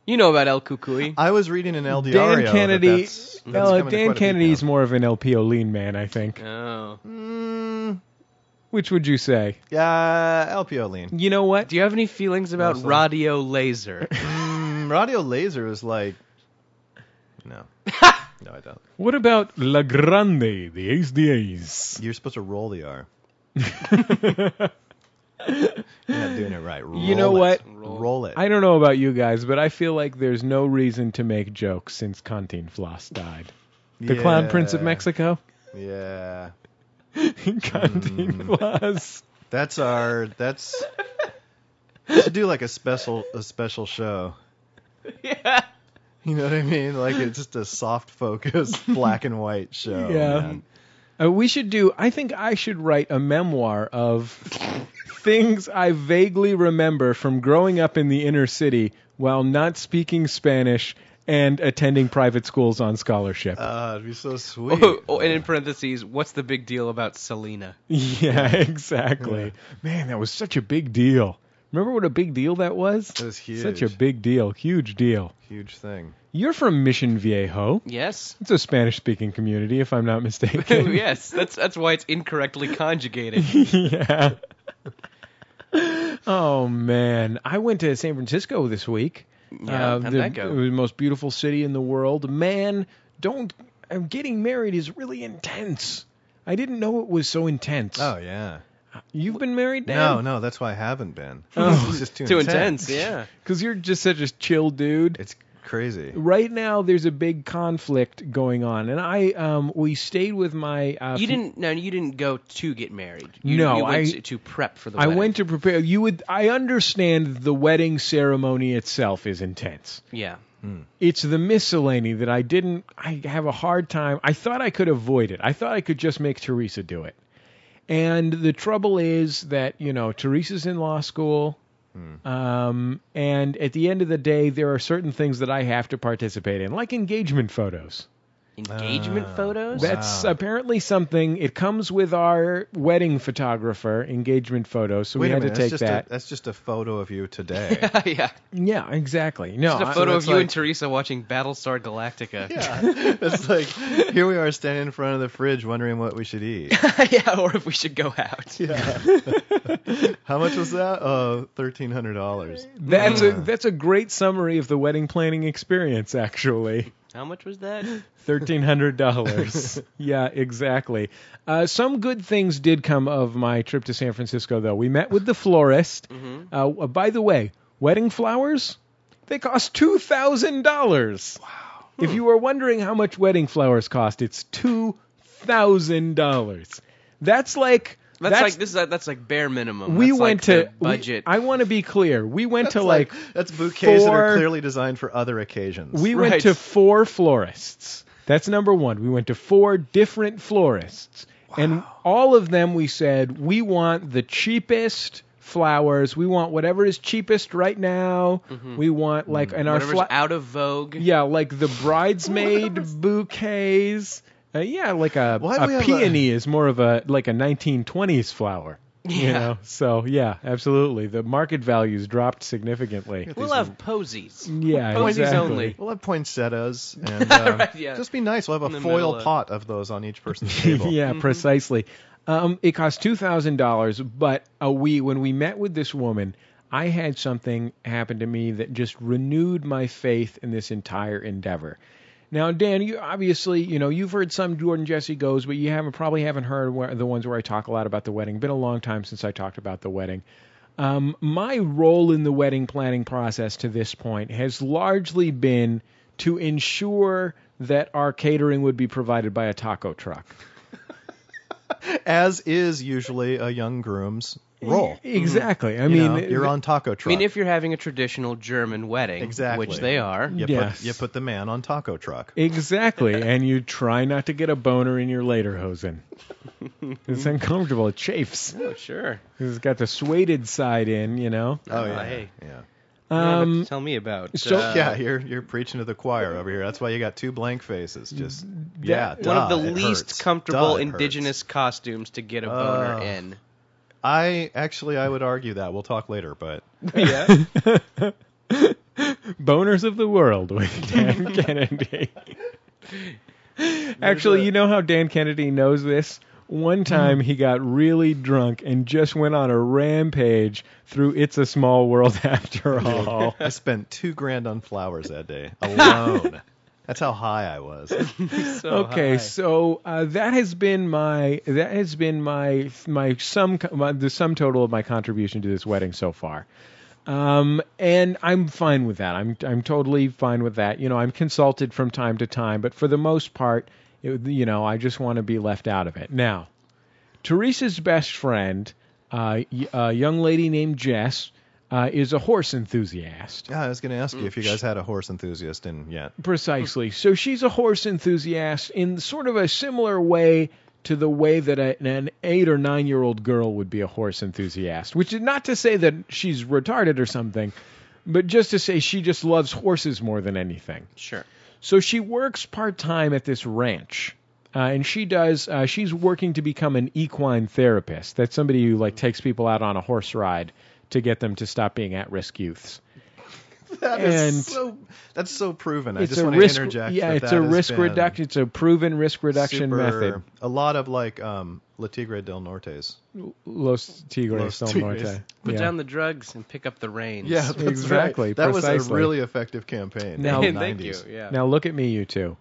You know about El Cucuy.
I was reading an El Diario.
Dan
that
Kennedy.
that's- that's
well,
coming to
uh, Dan
quite a beat
Kennedy's
now.
more of an LPO lean man, I think.
Oh.
Mm,
Which would you say?
yeah, LPO lean.
You know what?
Do you have any feelings about
Mostly.
Radio Laser?
Mm, Radio Laser is like, no, no, I don't.
What about La Grande, the Ace de Ace?
You're supposed to roll the R. You're not doing it right. Roll
know
it.
what?
Roll it.
I don't know about you guys, but I feel like there's no reason to make jokes since Cantinflas died. The Clown Prince of
Yeah,
Mexico?
Yeah,
Cantinflas.
that's our. That's. we should do like a special a special show.
yeah.
You know what I mean? Like it's just a soft focus, black and white show.
Yeah.
man.
Uh, we should do, I think I should write a memoir of things I vaguely remember from growing up in the inner city while not speaking Spanish and attending private schools on scholarship.
Ah, it'd be so sweet.
Oh, oh, and in parentheses, what's the big deal about Selena?
yeah, exactly. Man, that was such a big deal. Remember what a big deal that was?
It was huge.
Such a big deal, huge deal.
huge thing.
You're from Mission Viejo.
Yes.
It's a Spanish speaking community, if I'm not mistaken.
yes, that's that's why it's incorrectly conjugated.
yeah. oh, man. I went to San Francisco this week. Uh,
Yeah, how'd
the,
that go?
The most beautiful city in the world. Man, don't. uh, Getting married is really intense. I didn't know it was so intense.
Oh yeah.
You've been married
No,
now?
no, that's why I haven't been.
Oh.
It's just too,
Too intense, yeah.
Because you're just such a chill dude.
It's crazy.
Right now, there's a big conflict going on, and I um we stayed with my uh,
You didn't no, you didn't go to get married. You,
No,
you went
I-
to, to prep for the
I
wedding.
went to prepare. You would. I understand the wedding ceremony itself is intense.
Yeah.
It's the miscellany that I didn't. I have a hard time. I thought I could avoid it. I thought I could just make Teresa do it. And the trouble is that you know Teresa's in law school.
Hmm.
Um, and at the end of the day, there are certain things that I have to participate in, like engagement photos. Uh,
Engagement photos?
That's apparently something. It comes with our wedding photographer engagement photo, so
Wait
we
a
had
minute.
to take
that's, just
that.
A, that's just a photo of you today.
yeah.
Yeah, exactly. No,
Just a
I-
photo
it's
of you
like-
and Teresa watching Battlestar Galactica.
yeah. It's like here we are standing in front of the fridge wondering what we should eat.
yeah, or if we should go out.
How much was that? Oh, thirteen hundred dollars.
that's
Hmm.
a that's a great summary of the wedding planning experience. Actually,
How much was that?
thirteen hundred dollars. yeah, exactly. Uh, some good things did come of my trip to San Francisco, though. We met with the florist.
Mm-hmm.
Uh, by the way, wedding flowers they cost two thousand dollars. Wow. If you were wondering how much wedding flowers cost, it's two thousand dollars. That's like
That's, like this is like, that's like bare minimum.
we
That's like
went
their
to we-
budget.
I want to be clear. We went to
It's
like,
that's bouquets that
four-
are clearly designed for other occasions.
we
Right.
went to four florists. That's number one. We went to four different florists, and all of them we said we want the cheapest flowers. We want whatever is cheapest right now. We want like and our
Whatever's
fla-
out of vogue.
yeah, like the bridesmaid bouquets. Uh, yeah, like a,
Why do we
a
have
peony is more of a like a 1920s flower. You know, so yeah, absolutely. The market values dropped significantly.
We'll have posies.
Yeah,
Posies
exactly.
only.
We'll have poinsettias and uh,
Right, yeah.
just be nice. We'll have
In
a
the middle
foil
of-
pot of those on each person's table.
yeah, precisely. Um, it cost two thousand dollars, but uh, we when we met with this woman, I had something happen to me that just renewed my faith in this entire endeavor. Now, Dan, you obviously you know you've heard some Jordan Jesse goes, but you haven't probably haven't heard where, the ones where I talk a lot about the wedding. Been a long time since I talked about the wedding. Um, my role in the wedding planning process to this point has largely been to ensure that our catering would be provided by a taco truck.
As is usually a young groom's roll.
Exactly. I
Mm-hmm. You
mean,
know, you're on taco
I
truck.
mean, if you're having a traditional German wedding,
Exactly.
which they are,
you
Yes.
put you put the man on taco truck.
Exactly, and you try not to get a boner in your later hosen. It's uncomfortable. It chafes.
oh sure,
'Cause It's got the suaded side in, you know.
Oh yeah,
hey.
yeah.
You don't have to
Um,
tell me about.
so-
uh,
yeah, you're you're preaching to the choir over here. That's why you got two blank faces. Just
one
yeah,
one
duh,
of the
it
least
hurts.
comfortable
Duh, it hurts.
indigenous costumes to get a boner
Ugh.
in.
I actually I would argue that we'll talk later, but
Yeah,
Boners of the World with Dan Kennedy. Actually, you know how Dan Kennedy knows this?
Hmm.
One time he got really drunk and just went on a rampage through It's a Small World After All.
I spent two grand on flowers that day alone. That's how high I was.
so
okay,
high.
so uh, that has been my that has been my my sum my, the sum total of my contribution to this wedding so far. Um, and I'm fine with that. I'm I'm totally fine with that. You know, I'm consulted from time to time, but for the most part, it, you know, I just want to be left out of it. Now, Teresa's best friend, uh, y- a young lady named Jess, uh, is a horse enthusiast.
Yeah, I was going to ask you if you guys had a horse enthusiast in yet.
Precisely. So she's a horse enthusiast in sort of a similar way to the way that a, an eight or nine year old girl would be a horse enthusiast, which is not to say that she's retarded or something, but just to say she just loves horses more than anything.
sure.
So she works part time at this ranch. Uh, and she does. Uh, she's working to become an equine therapist. That's somebody who like takes people out on a horse ride to get them to stop being at-risk youths.
That is
And-
so that's so proven. I
It's
just
a
want
risk.
to interject.
yeah,
that
it's
that
a
has
risk
been
reduction. It's a proven risk reduction
super-
method.
A lot of like um, La Tigre del Norte's.
Los Tigres
Los
del
Tigres.
Norte.
Put
Yeah.
down the drugs and pick up the reins.
that's right.
exactly,
That was a
precisely.
really effective campaign.
Now-
in the
thank
90s.
you. Yeah,
Now look at me, you two.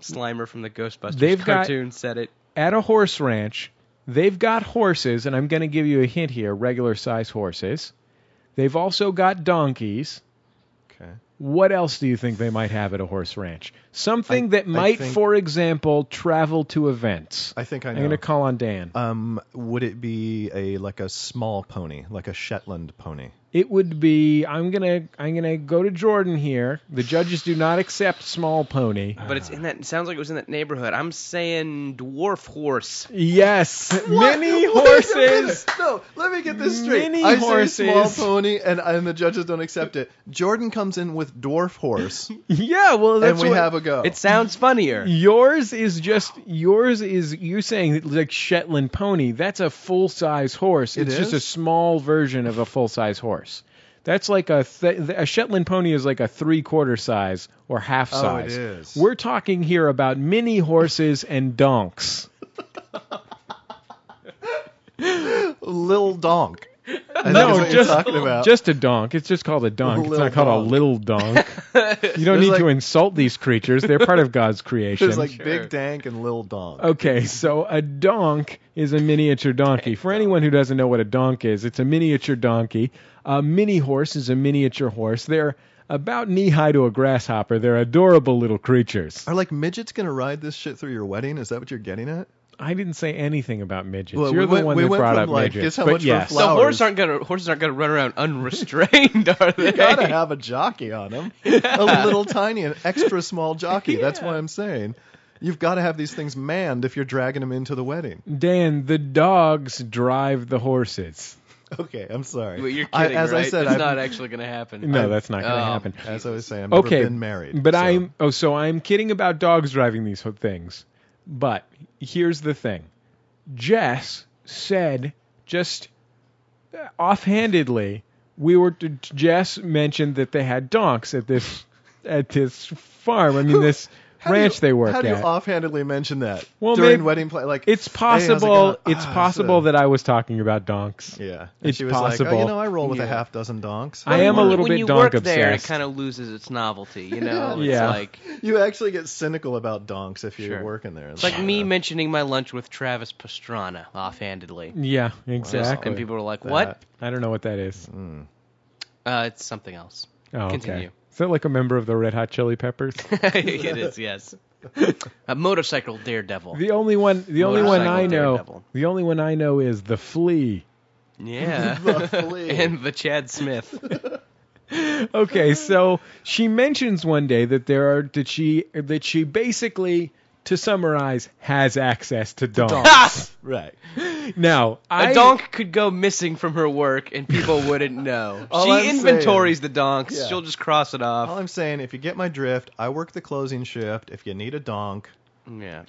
Slimer from the Ghostbusters
They've got-
cartoon said it.
At a horse ranch, they've got horses, and I'm going to give you a hint here: regular size horses. They've also got donkeys.
Okay.
What else do you think they might have at a horse ranch? Something
I-
that
I
might,
think-
for example, travel to events.
I think I
I'm
know.
going to call on Dan.
um, would it be a like a small pony, like a Shetland pony?
it would be. I'm going to. I'm going to go to Jordan here. The judges do not accept small pony.
But it's in that. It sounds like it was in that neighborhood. I'm saying dwarf horse.
Yes, mini
Wait a minute.
horses.
No, let me get this straight.
Mini
I say small
horses.
pony, and, and the judges don't accept it. Jordan comes in with dwarf horse,
Yeah, well, that's
and we
what,
have a go.
It sounds funnier.
yours is just yours is you saying that, like Shetland pony. That's a full size horse.
It
it's just a
is?
small version of a full size horse. That's like a th- a Shetland pony is like a three quarter size or half
Oh, it
size.
is.
We're talking here about mini horses and donks.
Lil Donk. I think
No,
is what
just-
you're talking about.
Just a donk. It's just called a donk. it's
Little
not called
donk.
a little donk. you don't need
like-
to insult these creatures. They're part of God's creation.
There's like Big Dank and Lil Donk.
Okay, so a donk is a miniature donkey. For anyone who doesn't know what a donk is, it's a miniature donkey. A mini horse is a miniature horse. They're about knee high to a grasshopper. They're adorable little creatures.
Are like midgets gonna ride this shit through your wedding? Is that what you're getting at?
I didn't say anything about midgets.
Well,
You're
we
the
went-
one
we
that
went
brought
from,
up
like,
midgets.
guess how
but
much for
yes,
flour-
So
flowers.
horses aren't gonna horses aren't gonna run around unrestrained, are they?
You gotta have a jockey on them. A little tiny, an extra small jockey. That's what I'm saying. You've got to have these things manned if you're dragging them into the wedding.
Dan, the dogs drive the horses.
Okay, I'm sorry.
Well, you're
I-
kidding,
as
right?
I said,
it's
I've,
not actually gonna happen.
No, that's not going to
Oh.
happen.
as I was saying, I've
okay,
never been married.
But
so-
I'm oh, so I'm kidding about dogs driving these ho- things. But here's the thing: Jess said just uh, offhandedly, we were. To, Jess mentioned that they had donks at this at this farm. I mean, this
How do
ranch
you-
they work
How do you
at.
offhandedly mention that
Well,
during
maybe-
wedding play? Like
it's
hey, how's it
possible.
going?
it's
Ah,
possible
so-
that I was talking about donks.
Yeah, and
it's
she was like, oh,
possible.
you know, I roll with
Yeah.
a half dozen donks.
I am a
When-
little
when
bit
you
donk
work there, it
obsessed.
kind of loses its novelty. You know,
Yeah.
it's like
You actually get cynical about donks if you're
Sure.
working there.
it's like me mentioning my lunch with Travis Pastrana offhandedly.
Yeah,
Just-
exactly.
And people were like, "What?"
I don't know what that is.
Uh, it's something else.
Oh, okay.
Continue.
Is that like a member of the Red Hot Chili Peppers?
it is yes. A motorcycle daredevil.
The only one, the only one
Motorcycle
I know,
Daredevil.
the only one I know is the flea.
Yeah.
The flea.
and the Chad Smith.
okay, so she mentions one day that there are that she that she basically, to summarize, has access to donk.
Ha!
Right.
Now,
A
I
donk could go missing from her work and people wouldn't know.
All
she
I'm
inventories the donks.
Yeah.
She'll just cross it
All
off.
I'm saying, if you get my drift, I work the closing shift. If you need a donk,
yeah.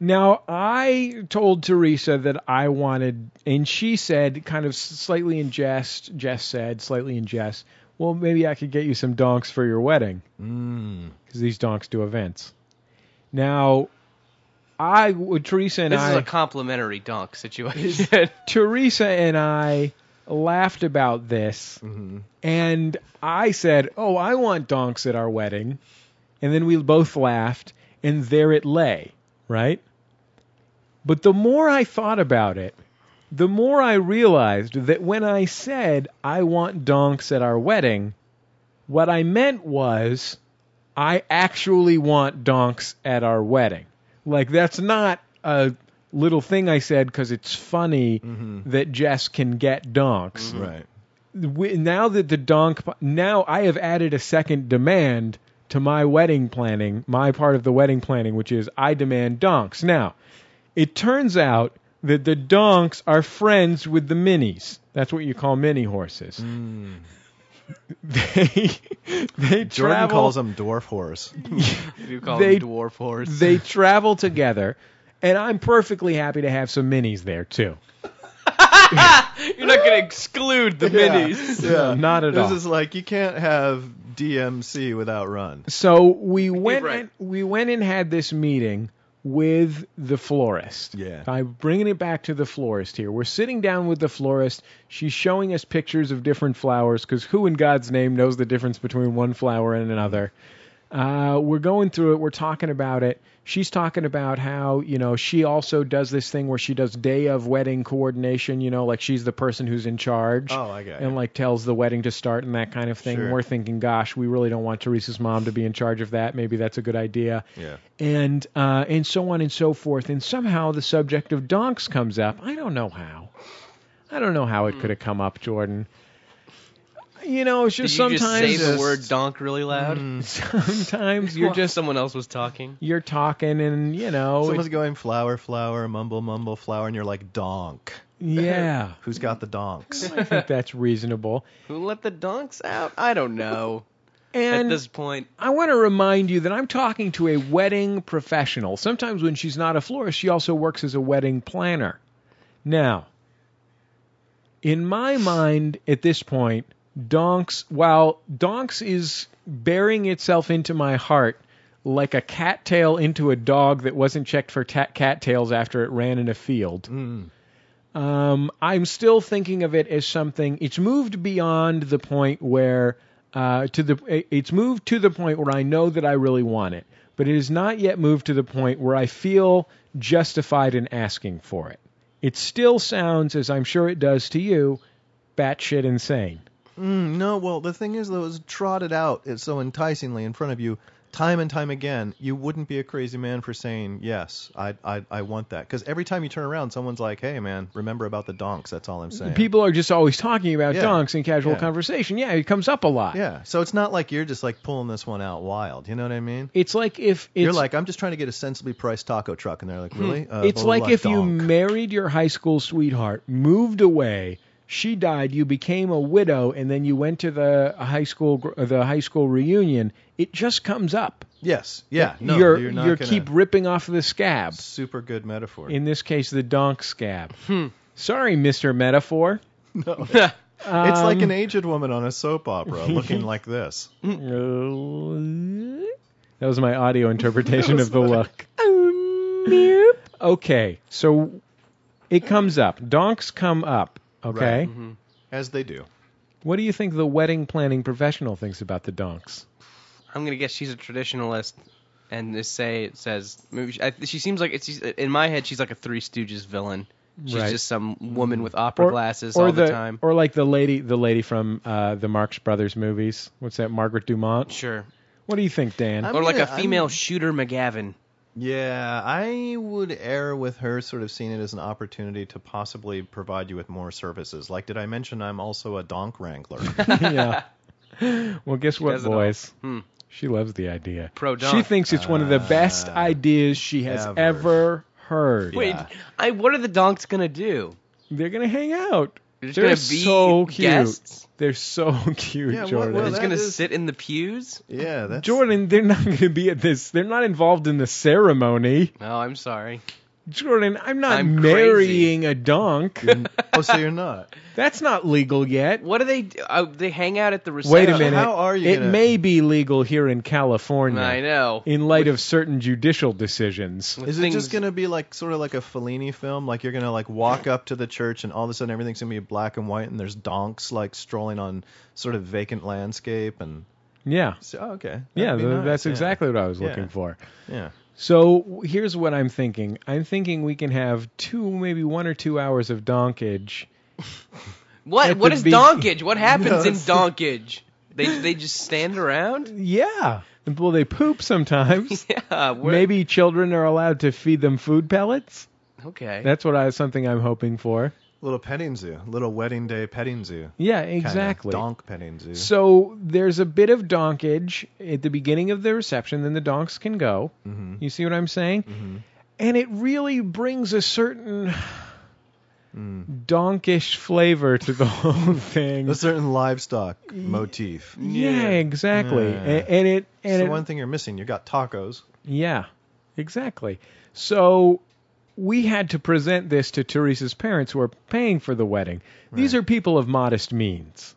Now, I told Teresa that I wanted, and she said, kind of slightly in jest, Jess said, slightly in jest, well, maybe I could get you some donks for your wedding,
mm,
because these donks do events. Now, I, Teresa and
This
I.
is a complimentary donk situation.
Teresa and I laughed about this,
Mm-hmm.
and I said, "Oh, I want donks at our wedding," and then we both laughed, and there it lay, right? But the more I thought about it, the more I realized that when I said I want donks at our wedding, what I meant was I actually want donks at our wedding. Like that's not a little thing I said because it's funny that Jess can get donks.
right.
We, now that the donk, now I have added a second demand to my wedding planning, my part of the wedding planning, which is I demand donks. Now, it turns out that the donks are friends with the minis. That's what you call mini horses.
Hmm.
They they
Jordan
travel
calls them dwarf horse.
you call
They-
them dwarf horse.
they travel together, and I'm perfectly happy to have some minis there too.
You're not going to exclude the minis.
No, not at
this
all.
is like you can't have DMC without run.
So we went
right.
and, we went and had this meeting with the florist.
Yeah.
I'm bringing it back to the florist here. We're sitting down with the florist. She's showing us pictures of different flowers because who in God's name knows the difference between one flower and another? Uh, we're going through it. We're talking about it. She's talking about how, you know, she also does this thing where she does day of wedding coordination, you know, like she's the person who's in charge
Oh, I got
and
you.
like tells the wedding to start and that kind of thing.
Sure.
We're thinking, gosh, we really don't want Teresa's mom to be in charge of that. Maybe that's a good idea.
Yeah.
And uh, and so on and so forth. And somehow the subject of donks comes up. I don't know how. I don't know how it could have come up, Jordan. You know, it's
Did
just
you just
sometimes Mm.
say the
just-
word donk really loud?
sometimes you're just
someone else was talking.
you're talking and you know
Someone's
it-
going flower, flower, mumble, mumble, flower, and you're like donk.
yeah.
Who's got the donks?
I think that's reasonable.
Who let the donks out? I don't know. At
And
this point,
I want to remind you that I'm talking to a wedding professional. Sometimes when she's not a florist, she also works as a wedding planner. Now, in my mind at this point, Donks, while Donks is bearing itself into my heart like a cattail into a dog that wasn't checked for ta- cattails after it ran in a field. Um, I'm still thinking of it as something. It's moved beyond the point where uh, to the. It's moved to the point where I know that I really want it, but it is not yet moved to the point where I feel justified in asking for it. It still sounds, as I'm sure it does to you, batshit insane.
Mm, no, well, the thing is, though, it's trotted out it's so enticingly in front of you time and time again. You wouldn't be a crazy man for saying, yes, I, I, I want that. Because every time you turn around, someone's like, hey, man, remember about the donks. That's all I'm saying.
People are just always talking about
Yeah.
donks in casual
Yeah.
conversation. Yeah, it comes up a lot.
Yeah. So it's not like you're just like pulling this one out wild. You know what I mean?
It's like if it's
you're like, I'm just trying to get a sensibly priced taco truck. And they're like, really? Uh,
it's
blah, blah,
like
blah,
if you
donk."
married your high school sweetheart, moved away, she died, you became a widow, and then you went to the high school gr- uh, the high school reunion. It just comes up.
Yes. Yeah. No,
you're
you're, not
you're
gonna-
keep ripping off the scab.
Super good metaphor.
In this case, the donk scab.
Hmm.
Sorry, Mister Metaphor.
it's like an aged woman on a soap opera looking like this. Hmm.
That was my audio interpretation of the look.
Oh,
Okay, so it comes up. Donks come up. Okay.
Right. mm-hmm. As they do.
What do you think the wedding planning professional thinks about the donks?
I'm gonna guess she's a traditionalist, and this say it says maybe she, I, she seems like it's she's, in my head she's like a Three Stooges villain. She's
Right.
just some woman with opera glasses all the, time.
Or like the lady, the lady from uh, the Marx Brothers movies. What's that, Margaret Dumont?
sure,
What do you think, Dan?
I'm
or like a
gonna- I'm-
female shooter McGavin.
Yeah, I would err with her sort of seeing it as an opportunity to possibly provide you with more services. Like, did I mention I'm also a donk wrangler?
yeah. Well, guess what,
does it all.
boys?
Hmm.
She loves the idea.
Pro
She
donk.
thinks it's one of the best
Uh,
ideas she has
ever.
ever heard.
Wait,
Yeah.
I what are the donks gonna do?
They're gonna hang out.
They're just
They're
gonna be
so cute.
guests.
They're so cute,
Yeah, what-
Jordan.
what-
They're
that
just gonna
is-
sit in the pews.
yeah, that's
Jordan, they're not going to be at this. They're not involved in the ceremony.
No, Oh, I'm sorry.
Jordan, I'm not
I'm
marrying a donk.
Oh, so you're not.
That's not legal yet.
What do they? Do? Uh, they hang out at the reception.
Wait a
So
minute.
how are you
It
gonna-
may be legal here in California.
I know.
In light of certain judicial decisions.
With
Is it
things-
just gonna be like sort of like a Fellini film? Like you're gonna like walk up to the church and all of a sudden everything's gonna be black and white and there's donks like strolling on sort of vacant landscape and
Yeah.
so, oh, okay. That'd
Yeah,
be
th-
nice,
that's
yeah.
exactly what I was
Yeah.
looking for.
Yeah.
So w- here's what I'm thinking. I'm thinking we can have two, maybe one or two hours of donkage.
What?
It
What
could
is
be-
donkage? What happens in
it's-
donkage? They they just stand around?
Yeah. Well, they poop sometimes.
Yeah. we're-
Maybe children are allowed to feed them food pellets.
Okay.
That's what I something I'm hoping for.
Little petting zoo. Little wedding day petting zoo.
Yeah,
Kinda
exactly.
donk petting zoo.
So there's a bit of donkage at the beginning of the reception, then the donks can go.
Mhm.
You see what I'm saying?
Mm-hmm.
And it really brings a certain donkish flavor to the whole thing.
Mm. a certain livestock motif.
yeah, exactly.
Yeah.
A- And, it and
It's the
it,
one thing you're missing. You got tacos.
Yeah, exactly. So we had to present this to Teresa's parents who are paying for the wedding. These are people of modest means.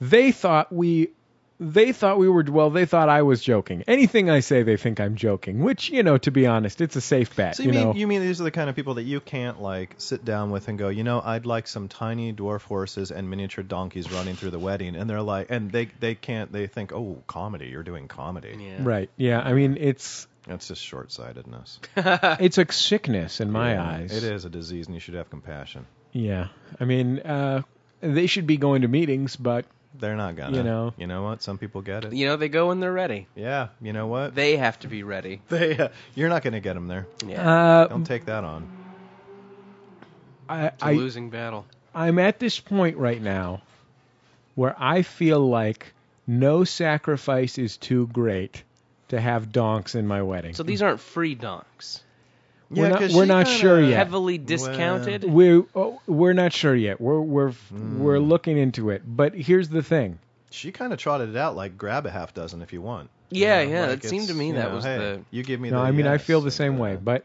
They thought we they thought we were well, they thought I was joking. Anything I say they think I'm joking, which, you know, to be honest, it's a safe bet,
So you, mean
know.
you mean these are the kind of people that you can't like sit down with and go, you know, I'd like some tiny dwarf horses and miniature donkeys running through the wedding, and they're like, and they they can't they think, oh, comedy, you're doing comedy.
Yeah.
Right. Yeah, I mean, it's
That's just short sightedness.
it's a sickness in my eyes.
Uh. it is a disease, and you should have compassion.
Yeah. I mean, uh they should be going to meetings, but
They're not gonna.
You know.
You know what? Some people get it.
You know they go when they're ready.
Yeah. You know what?
They have to be ready.
They, uh, you're not gonna get them there.
Yeah.
uh,
Don't take that on.
I,
it's a
I
losing battle.
I'm at this point right now where I feel like no sacrifice is too great to have donks in my wedding.
So these aren't free donks.
We're not-
'cause
we're
she
not
kinda-
sure yet. Yeah.
Heavily discounted.
we're oh, we're not sure yet. We're we're we're looking into it. But here's the thing.
She kind of trotted it out like grab a half dozen if you want.
yeah,
You know,
yeah.
like
it seemed to
it's,
me
you
that
know,
was
hey,
the.
You give me
No,
the.
I mean I
yes,
feel the
and,
same
uh,
way, but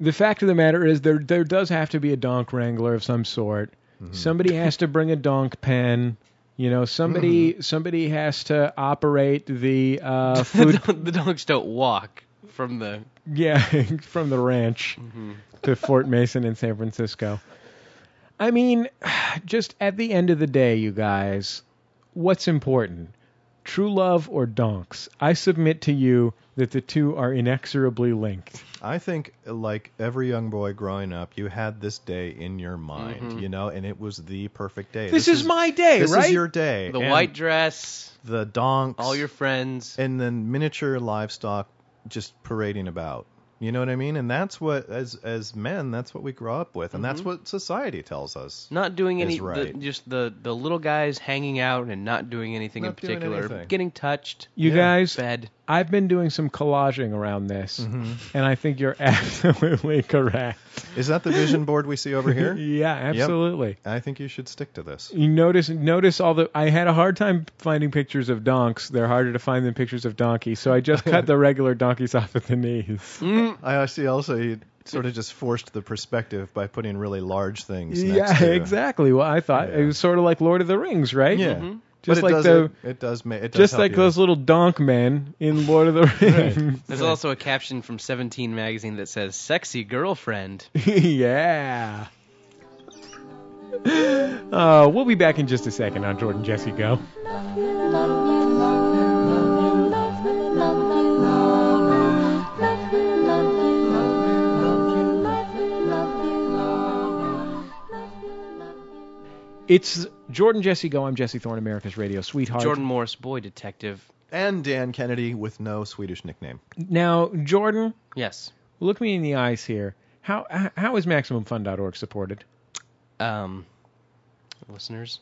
the fact of the matter is there there does have to be a donk wrangler of some sort. Somebody has to bring a donk pen. You know, somebody somebody has to operate the uh, food
the donks don't walk from the.
Yeah, from the ranch
Mm-hmm.
to Fort Mason in San Francisco. I mean, just at the end of the day, you guys, what's important? True love or donks? I submit to you that the two are inexorably linked.
I think, like every young boy growing up, you had this day in your mind, you know, and it was the perfect day.
Mm-hmm. This, is, my day,
This
right?
is your day.
The
and
white dress,
the donks,
all your friends.
and then miniature livestock just parading about. You know what I mean? And that's what, as as men, that's what we grow up with, and
Mm-hmm.
that's what society tells us.
Not doing
is
any, the,
right.
just the the little guys hanging out and not doing anything in
Not doing
particular,
anything.
getting touched,
you
Yeah.
guys,
fed.
I've been doing some collaging around this,
Mm-hmm.
and I think you're absolutely correct.
Is that the vision board we see over here?
Yeah, absolutely.
I think you should stick to this.
You notice notice all the I had a hard time finding pictures of donks. They're harder to find than pictures of donkeys, so I just cut the regular donkeys off at the knees.
I see. Also, you sort of just forced the perspective by putting really large things. next
yeah,
to-
exactly. Mm-hmm. Well, I thought it
Yeah.
was sort of like Lord of the Rings, right?
Yeah. But
Just
it
like
does,
the
it, it does ma- it does
just
help
like
you.
those little donk men in Lord of the Rings.
There's also a caption from 17 magazine that says "sexy girlfriend."
yeah. Uh, we'll be back in just a second on Jordan Jesse Go. It's Jordan Jesse Go. I'm Jesse Thorne, America's radio sweetheart.
Jordan Morris, boy detective.
and Dan Kennedy with no Swedish nickname.
Now, Jordan,
Yes.
look me in the eyes here. How h- how is MaximumFun.org supported?
Um, listeners.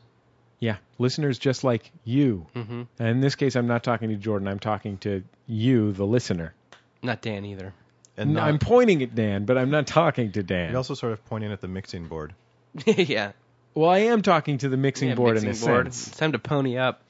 Yeah, listeners just like you.
Mm-hmm.
And in this case, I'm not talking to Jordan. I'm talking to you, the listener.
Not Dan either.
And not,
I'm pointing at Dan, but I'm not talking to Dan.
you're also sort of pointing at the mixing board.
yeah.
well, I am talking to the mixing
yeah,
board
mixing
in a
board.
sense.
It's time to pony up.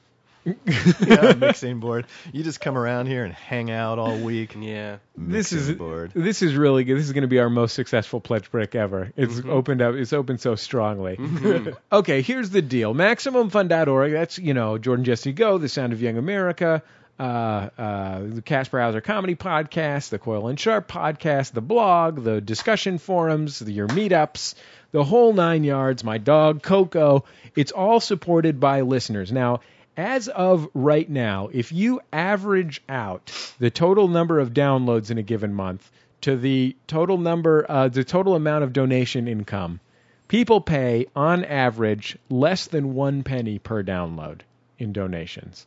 Yeah, mixing board. You just come around here and hang out all week.
Yeah.
This
Mixing
is
board.
this is really good. This is going to be our most successful pledge break ever. It's opened up. It's opened so strongly. okay, here's the deal. MaximumFun.org. That's you know Jordan Jesse Go, The Sound of Young America, uh, uh, the Casper Hauser Comedy Podcast, the Coil and Sharp Podcast, the blog, the discussion forums, the, your meetups, the whole nine yards. My dog Coco. It's all supported by listeners. Now, as of right now, if you average out the total number of downloads in a given month to the total number, uh, the total amount of donation income, people pay on average less than one penny per download in donations.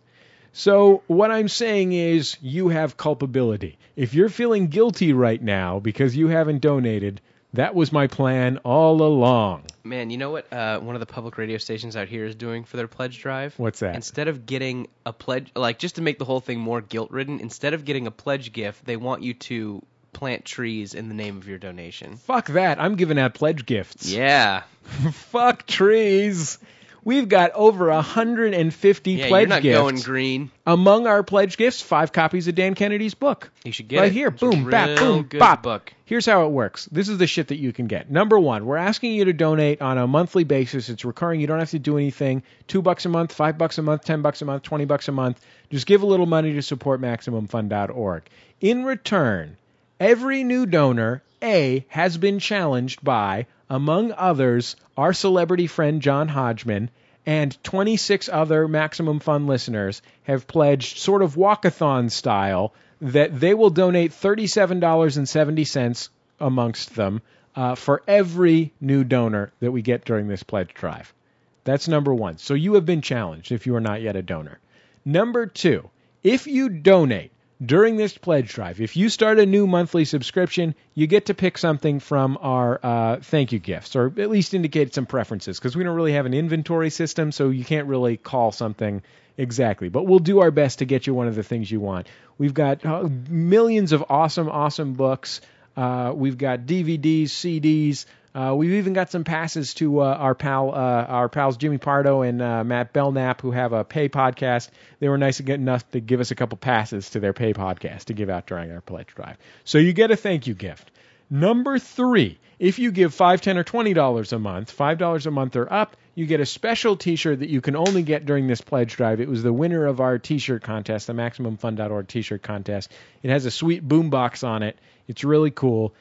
So what I'm saying is you have culpability. If you're feeling guilty right now because you haven't donated, that was my plan all along.
Man, you know what uh, one of the public radio stations out here is doing for their pledge drive?
What's that?
Instead of getting a pledge, like just to make the whole thing more guilt ridden, instead of getting a pledge gift, they want you to plant trees in the name of your donation.
Fuck that. I'm giving out pledge gifts.
Yeah.
Fuck trees. We've got over 150
Yeah,
pledge
you're not
gifts.
going green.
Among our pledge gifts, five copies of Dan Kennedy's book.
You should get
right
it.
here.
It's a
Boom, bap,
real
boom,
good
bop.
book.
Here's how it works. This is the shit that you can get. Number one, we're asking you to donate on a monthly basis. It's recurring. You don't have to do anything. Two bucks a month, five bucks a month, ten bucks a month, twenty bucks a month. Just give a little money to support MaximumFund.org. In return, every new donor A has been challenged by, among others, our celebrity friend John Hodgman and 26 other Maximum Fun listeners have pledged, sort of walkathon style, that they will donate $37.70 amongst them uh, for every new donor that we get during this pledge drive. That's number one. So you have been challenged if you are not yet a donor. Number two, if you donate during this pledge drive, if you start a new monthly subscription, you get to pick something from our uh, thank you gifts, or at least indicate some preferences, because we don't really have an inventory system, so you can't really call something exactly. But we'll do our best to get you one of the things you want. We've got uh, millions of awesome, awesome books. Uh, we've got DVDs, CDs. Uh, we've even got some passes to uh, our pal, uh, our pals Jimmy Pardo and uh, Matt Belknap, who have a pay podcast. They were nice enough to give us a couple passes to their pay podcast to give out during our pledge drive. So you get a thank you gift. Number three, if you give five, ten, or twenty dollars a month, five dollars a month or up, you get a special T-shirt that you can only get during this pledge drive. It was the winner of our T-shirt contest, the MaximumFun.org T-shirt contest. It has a sweet boombox on it. It's really cool.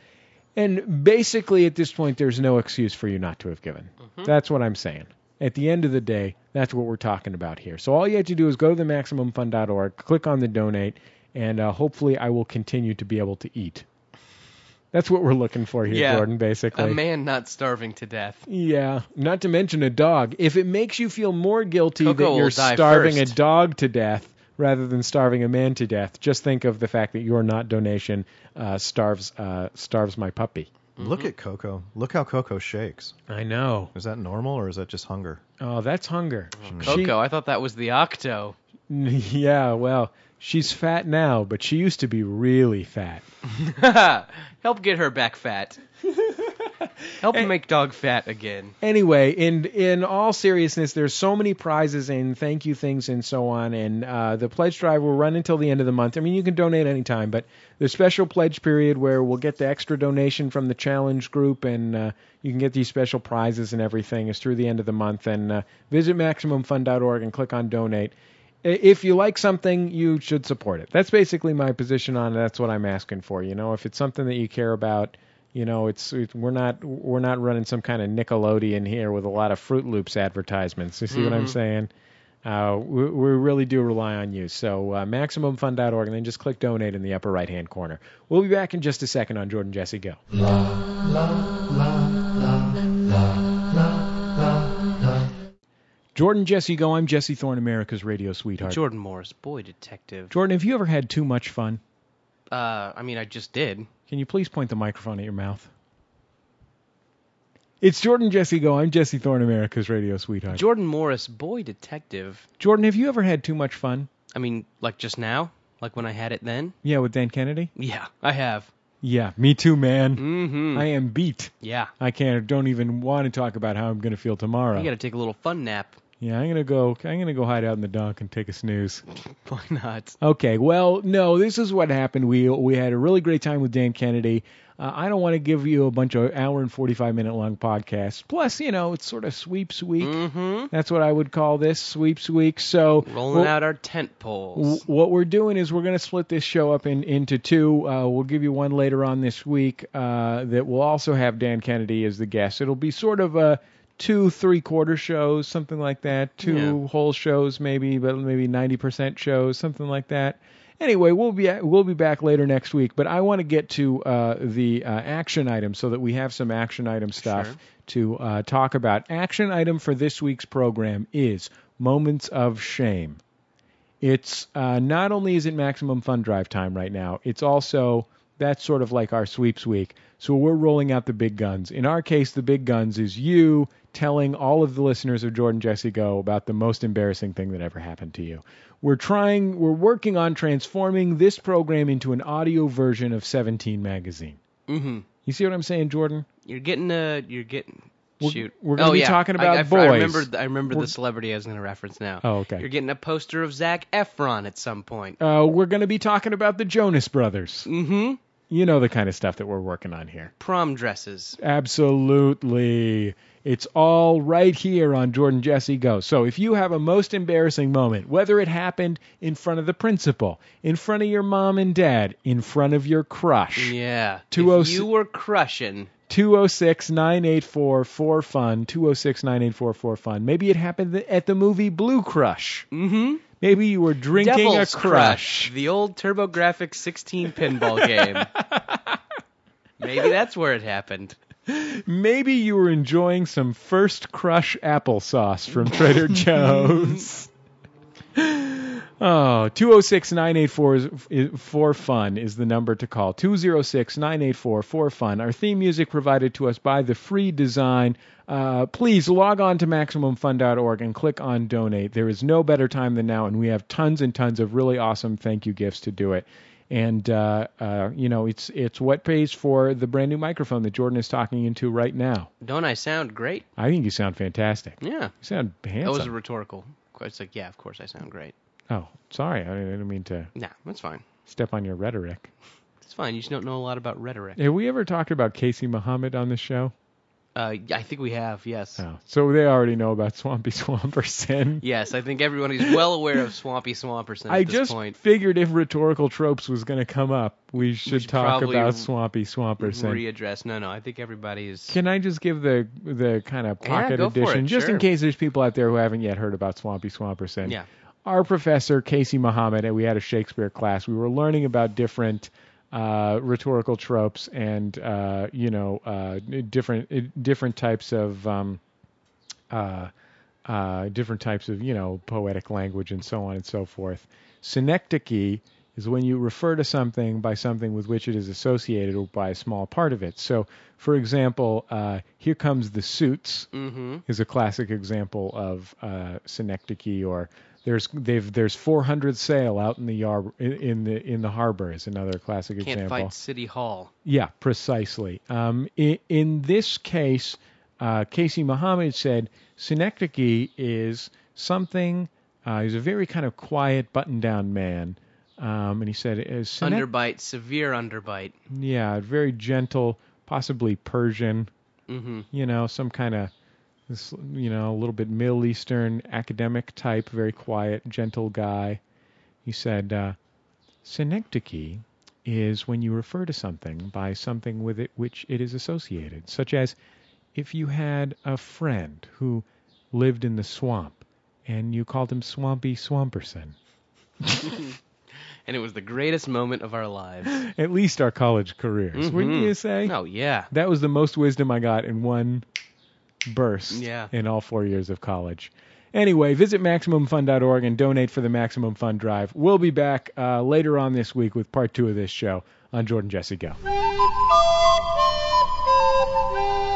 And basically, at this point, there's no excuse for you not to have given.
Mm-hmm.
That's what I'm saying. At the end of the day, that's what we're talking about here. So all you have to do is go to the MaximumFund.org, click on the donate, and uh, hopefully, I will continue to be able to eat. That's what we're looking for here,
Yeah.
Jordan. Basically,
A man not starving to death.
yeah, not to mention a dog. If it makes you feel more guilty
Coco
that
will
you're
die
starving
first.
a dog to death rather than starving a man to death, just think of the fact that your not donation uh, starves uh, starves my puppy.
Look at Coco. Look how Coco shakes.
I know.
Is that normal or is that just hunger?
Oh, that's hunger.
Coco, I thought that was the Octo.
She, yeah, well, she's fat now, but she used to be really fat.
Help get her back fat. Help make dog fat again.
Anyway, in in all seriousness, there's so many prizes and thank you things and so on, and uh, the pledge drive will run until the end of the month. I mean, you can donate anytime, but there's special pledge period where we'll get the extra donation from the challenge group, and uh, you can get these special prizes and everything. It's through the end of the month, and uh, visit maximumfund.org and click on donate. I- if you like something, you should support it. That's basically my position on it. That's what I'm asking for. You know, if it's something that you care about, you know, it's, it- we're not we're not running some kind of Nickelodeon here with a lot of Fruit Loops advertisements. You see what I'm saying? Uh, we, we really do rely on you. So uh, MaximumFund.org, and then just click donate in the upper right hand corner. We'll be back in just a second on Jordan Jesse Go. Jordan Jesse Go. I'm Jesse Thorne, America's radio sweetheart.
Jordan Morris, boy detective.
Jordan, have you ever had too much fun?
Uh, I mean, I just did.
Can you please point the microphone at your mouth? It's Jordan Jesse Go. I'm Jesse Thorne, America's radio sweetheart.
Jordan Morris, boy detective.
Jordan, have you ever had too much fun?
I mean, like just now, like when I had it then.
Yeah, with Dan Kennedy?
Yeah, I have.
Yeah, me too, man.
Mm-hmm.
I am beat.
yeah,
I can't don't even want to talk about how I'm going to feel tomorrow.
you got to take a little fun nap.
Yeah, I'm going to go I'm going to go hide out in the dark and take a snooze.
Why not?
Okay, well, no, this is what happened. We we had a really great time with Dan Kennedy. Uh, I don't want to give you a bunch of hour and 45 minute long podcasts. Plus, you know, it's sort of sweeps week.
Mm-hmm.
That's what I would call this sweeps week. So
Rolling
we'll-
out our tent poles.
W- what we're doing is we're going to split this show up in, into two. Uh, we'll give you one later on this week uh, that will also have Dan Kennedy as the guest. It'll be sort of a two three quarter shows, something like that. Two whole shows, maybe, but maybe ninety percent shows, something like that. Anyway, we'll be we'll be back later next week, but I want to get to uh, the uh, action item so that we have some action item stuff
Sure.
to uh, talk about. Action item for this week's program is moments of shame. It's uh, not only is it maximum fun drive time right now, it's also that's sort of like our sweeps week. So we're rolling out the big guns. In our case, the big guns is you telling all of the listeners of Jordan Jesse Go about the most embarrassing thing that ever happened to you. We're trying, we're working on transforming this program into an audio version of 17 Magazine.
Mm-hmm.
You see what I'm saying, Jordan?
You're getting uh you're getting
We're-
shoot.
we're gonna
oh,
be
yeah.
talking
I-
about
I, I,
boys.
remember I remember
We're-
the celebrity I was gonna reference now.
Oh, okay.
You're getting a poster of Zach Efron at some point.
Uh, we're going to be talking about the Jonas Brothers.
Mm-hmm.
You know the kind of stuff that we're working on here.
Prom dresses.
Absolutely. It's all right here on Jordan Jesse Go. So if you have a most embarrassing moment, whether it happened in front of the principal, in front of your mom and dad, in front of your crush,
Yeah. If
206
you were crushing.
206 984 4FUN, 206 984 fun Maybe it happened th- at the movie Blue Crush.
Mm-hmm.
Maybe you were drinking
Devil's
a
Crush. The old TurboGrafx 16 pinball game. Maybe that's where it happened.
Maybe you were enjoying some first crush applesauce from Trader Joe's. Oh, 206 984 is- is- for fun is the number to call. 206 984 for fun. Our theme music provided to us by the free design. Uh, please log on to MaximumFun.org and click on donate. There is no better time than now, and we have tons and tons of really awesome thank you gifts to do it. And uh, uh, you know, it's it's what pays for the brand new microphone that Jordan is talking into right now.
Don't I sound great?
I think you sound fantastic. You
Yeah.
sound
That was a
handsome.
rhetorical. que- It's like, yeah, of course I sound great.
oh, sorry, I didn't mean to
Nah, that's fine.
step on your rhetoric.
It's fine. You just don't know a lot about rhetoric.
Have we ever talked about Casey Muhammad on the show?
Uh, I think we have, yes.
No. So they already know about Swampy Swamperson.
Yes, I think everyone is well aware of Swampy Swamperson at
I
this
just
point.
figured if rhetorical tropes was going to come up, we should,
should
talk
probably
about
re-
Swampy Swamperson.
Readdress. No, no, I think everybody is.
Can I just give the the kind of
Yeah,
pocket
go for it,
edition, just in
sure.
case there's people out there who haven't yet heard about Swampy Swamperson?
Yeah.
Our professor Casey Muhammad, and we had a Shakespeare class. We were learning about different uh, rhetorical tropes and uh, you know uh, different different types of um, uh, uh, different types of you know poetic language and so on and so forth. Synecdoche is when you refer to something by something with which it is associated or by a small part of it. So, for example, uh, here comes the suits
Mm-hmm.
is a classic example of uh, synecdoche or there's they've there's 400 sail out in the yar in, in the in the harbor is another classic
Can't
example.
fight City Hall.
Yeah, precisely. Um, in, in this case, uh, Casey Muhammad said synecdoche is something. Uh, he's a very kind of quiet, button-down man, um, and he said uh, synec-
Underbite, severe underbite.
yeah, very gentle, possibly Persian.
Mm-hmm.
You know, some kind of this, you know, a little bit Middle Eastern academic type, very quiet, gentle guy. He said, uh, synecdoche is when you refer to something by something with it which it is associated, such as if you had a friend who lived in the swamp and you called him Swampy Swamperson.
And it was the greatest moment of our lives.
At least our college careers, wouldn't
Mhm.
you say?
Oh yeah.
That was the most wisdom I got in one burst
Yeah.
in all four years of college. Anyway, visit MaximumFun.org and donate for the Maximum Fun Drive. We'll be back uh, later on this week with part two of this show on Jordan Jesse Go.
Thank you.